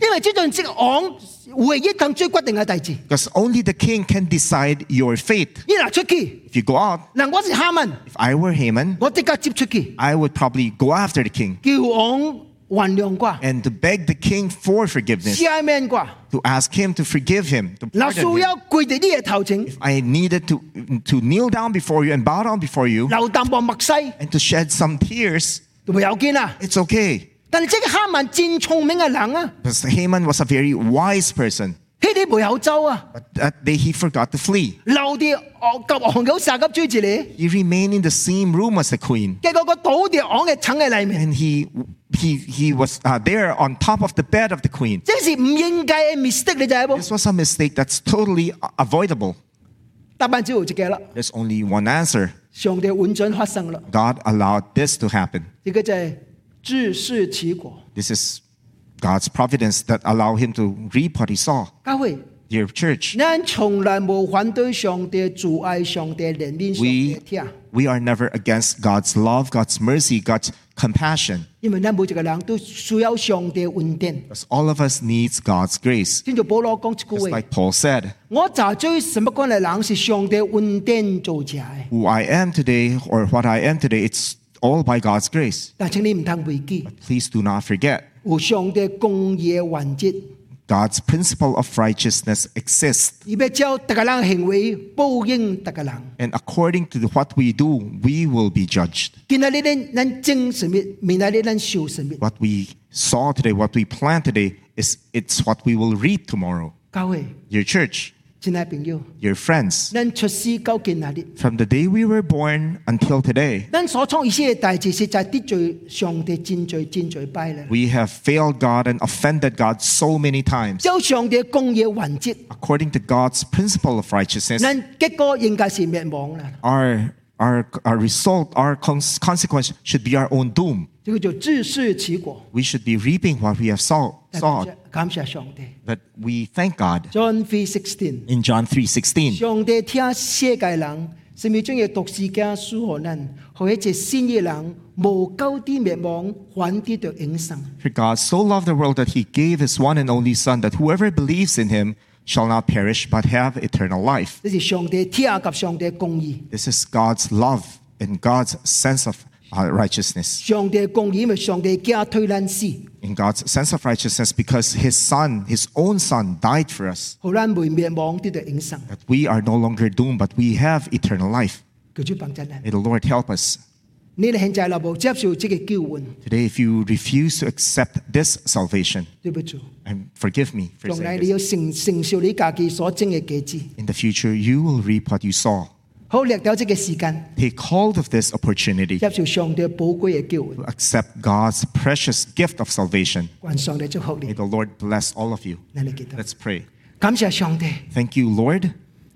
[SPEAKER 1] 因為即陣即個昂唯一能最決定嘅弟子，
[SPEAKER 2] because only the king can decide your fate.
[SPEAKER 1] 你嗱出去，
[SPEAKER 2] If you go out,
[SPEAKER 1] 嗱我是哈文，
[SPEAKER 2] if I were Haman,
[SPEAKER 1] 我即刻接出去，
[SPEAKER 2] I would probably go after the king
[SPEAKER 1] 叫昂原諒啩，
[SPEAKER 2] and to beg the king for forgiveness,
[SPEAKER 1] 赦免啩。
[SPEAKER 2] to ask him to forgive him, to
[SPEAKER 1] 嗱，
[SPEAKER 2] pardon
[SPEAKER 1] 所
[SPEAKER 2] him.
[SPEAKER 1] 有跪地啲嘢頭前，
[SPEAKER 2] I needed to, to kneel down before you and bow down before you
[SPEAKER 1] 流淡和墨西
[SPEAKER 2] and to shed some tears.
[SPEAKER 1] 都冇有見啊！
[SPEAKER 2] It's okay.
[SPEAKER 1] 但係即係哈曼戰聰明嘅人啊，
[SPEAKER 2] Because Haman was a very wise person.
[SPEAKER 1] 呢啲冇有走啊，
[SPEAKER 2] But that day he forgot to flee.
[SPEAKER 1] 留啲昂及昂有殺咁追住你，
[SPEAKER 2] He remained in the same room as the queen.
[SPEAKER 1] 結果個倒啲昂嘅層喺裏面，
[SPEAKER 2] And he, he, he was uh, there on top of the bed of the queen.
[SPEAKER 1] 即是唔應該嘅 mistake 你就係噃，
[SPEAKER 2] This was a mistake that's totally uh, avoidable.
[SPEAKER 1] 答案只有一個啦，
[SPEAKER 2] There's only one answer
[SPEAKER 1] 上帝允准發生啦，
[SPEAKER 2] God allowed this to happen.
[SPEAKER 1] 呢個就係自食其果。
[SPEAKER 2] This is God's providence that allowed him to reap what he saw.
[SPEAKER 1] 教會，
[SPEAKER 2] Dear church,
[SPEAKER 1] 咱從來冇反對上帝阻礙上帝憐憫上帝
[SPEAKER 2] we,
[SPEAKER 1] 聽，
[SPEAKER 2] we are never against God's love, God's mercy, God's compassion.
[SPEAKER 1] 因為咱每一個人都需要上帝恩典。
[SPEAKER 2] Because all of us needs God's grace.
[SPEAKER 1] 先做保羅講一句
[SPEAKER 2] Just
[SPEAKER 1] 話。
[SPEAKER 2] like Paul said,
[SPEAKER 1] 我就追什么關嚟人是上帝恩典做成嘅，
[SPEAKER 2] who I am today or what I am today, it's all by God's grace.
[SPEAKER 1] 但請你唔通忘記，
[SPEAKER 2] Please do not forget,
[SPEAKER 1] 有上帝公義嘅原則，
[SPEAKER 2] God's principle of righteousness exists.
[SPEAKER 1] 伊要照大家人行為報應大家人。
[SPEAKER 2] And according to what we do, we will be judged.
[SPEAKER 1] 今仔日咱咱種什麼，明仔日咱受什麼。
[SPEAKER 2] What we saw today, what we plant today, is it's what we will reap tomorrow.
[SPEAKER 1] 教會，
[SPEAKER 2] Your church,
[SPEAKER 1] 親愛朋友，
[SPEAKER 2] your friends.
[SPEAKER 1] 咱出世到今仔日，
[SPEAKER 2] From the day we were born until today,
[SPEAKER 1] 咱所創一切嘅代志，實在得罪上帝真罪真罪拜啦。
[SPEAKER 2] we have failed God and offended God so many times.
[SPEAKER 1] 照上帝公義嘅原則，
[SPEAKER 2] According to God's principle of righteousness,
[SPEAKER 1] 咱結果應該是滅亡啦。
[SPEAKER 2] our, our, our result, our cons- consequence should be our own doom.
[SPEAKER 1] 呢個叫自食其果。
[SPEAKER 2] We should be reaping what we have saw,
[SPEAKER 1] 感
[SPEAKER 2] saw.
[SPEAKER 1] 謝感謝上帝。
[SPEAKER 2] But we thank God.
[SPEAKER 1] John 3:16。
[SPEAKER 2] In John 3.16,
[SPEAKER 1] 上帝听世界人，甚至将要读世界书予咱，互一个新嘅人无够啲灭亡，反啲着永生。
[SPEAKER 2] For God so loved the world that he gave his one and only Son, that whoever believes in him shall not perish but have eternal life.
[SPEAKER 1] 呢是上帝听及上帝公义，
[SPEAKER 2] This is God's love and God's sense of uh, righteousness.
[SPEAKER 1] 上帝公义因为上帝惊推咱死，
[SPEAKER 2] In God's sense of righteousness, because his Son, his own Son, died for us,
[SPEAKER 1] 互咱未灭亡啲着永生。
[SPEAKER 2] that we are no longer doomed, but we have eternal life.
[SPEAKER 1] 求主帮助咱。
[SPEAKER 2] May the Lord help us.
[SPEAKER 1] 你哋现在若无接受这个救恩，
[SPEAKER 2] Today, if you refuse to accept this salvation,
[SPEAKER 1] 对不住，
[SPEAKER 2] and forgive me for
[SPEAKER 1] 将
[SPEAKER 2] saying
[SPEAKER 1] 来你
[SPEAKER 2] this,
[SPEAKER 1] 要承承受你家己所种嘅果子。
[SPEAKER 2] in the future you will reap what you saw.
[SPEAKER 1] 好，掠到这个时间，
[SPEAKER 2] Take hold of this opportunity
[SPEAKER 1] 接
[SPEAKER 2] to
[SPEAKER 1] 受上帝宝贵嘅救恩，
[SPEAKER 2] accept God's precious gift of salvation.
[SPEAKER 1] 愿上帝祝福
[SPEAKER 2] May
[SPEAKER 1] 你。
[SPEAKER 2] the Lord bless all of you.
[SPEAKER 1] 咱嚟祈祷，
[SPEAKER 2] Let's pray.
[SPEAKER 1] 感谢上帝。
[SPEAKER 2] Thank you, Lord,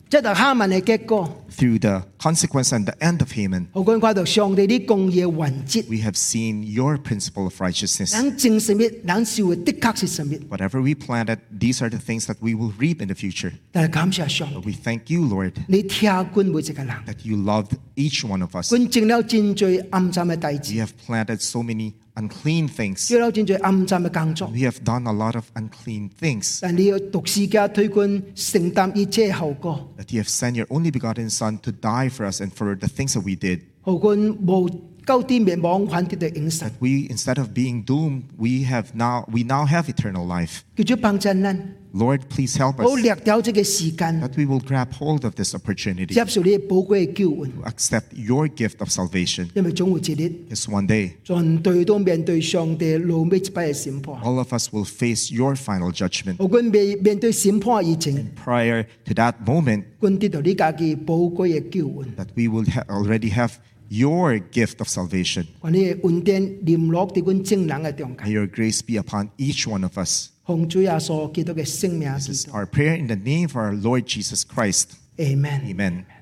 [SPEAKER 1] 即係哈曼嘅結果。
[SPEAKER 2] Through the consequence and the end of Haman,
[SPEAKER 1] 我感覺到上帝啲公義嘅環節，
[SPEAKER 2] we have seen your principle of righteousness.
[SPEAKER 1] 人正神滅，人笑嘅的確是神滅。
[SPEAKER 2] Whatever we planted, these are the things that we will reap in the future.
[SPEAKER 1] 但係感謝上帝，
[SPEAKER 2] But we thank you, Lord,
[SPEAKER 1] 你聽管每一個人，
[SPEAKER 2] that you loved each one of us.
[SPEAKER 1] 管正了真最暗淡嘅弟子，
[SPEAKER 2] We have planted so many unclean things.
[SPEAKER 1] 做了真最暗淡嘅工作。
[SPEAKER 2] We have done a lot of unclean things.
[SPEAKER 1] 但你要獨自家推管承擔一切後果，
[SPEAKER 2] That you have sent your only begotten Son to die for us and for the things that we did.
[SPEAKER 1] 後管無高啲滅亡，反跌到永生。
[SPEAKER 2] We, instead of being doomed, we have now we now have eternal life.
[SPEAKER 1] 叫做幫助咱，
[SPEAKER 2] Lord, please help
[SPEAKER 1] 好
[SPEAKER 2] us
[SPEAKER 1] 掠掉這個時間，
[SPEAKER 2] that we will grab hold of this opportunity.
[SPEAKER 1] 接受你嘅寶貴嘅救恩，
[SPEAKER 2] Accept your gift of salvation.
[SPEAKER 1] 因為總會一日，
[SPEAKER 2] Because one day,
[SPEAKER 1] 全隊都面對上帝老尾一批嘅審判。
[SPEAKER 2] all of us will face your final judgment.
[SPEAKER 1] 我阮面面對審判以前，
[SPEAKER 2] Prior to that moment,
[SPEAKER 1] 阮得到你家己寶貴嘅救恩，
[SPEAKER 2] that we will ha- already have your gift of salvation.
[SPEAKER 1] 願你嘅恩典臨落伫阮正人嘅中
[SPEAKER 2] May
[SPEAKER 1] 間，
[SPEAKER 2] your grace be upon each one of us.
[SPEAKER 1] 奉主耶穌基督嘅聖名
[SPEAKER 2] This
[SPEAKER 1] 祈
[SPEAKER 2] is
[SPEAKER 1] 禱
[SPEAKER 2] our prayer in the name of our Lord Jesus Christ.
[SPEAKER 1] ，Amen。
[SPEAKER 2] Amen.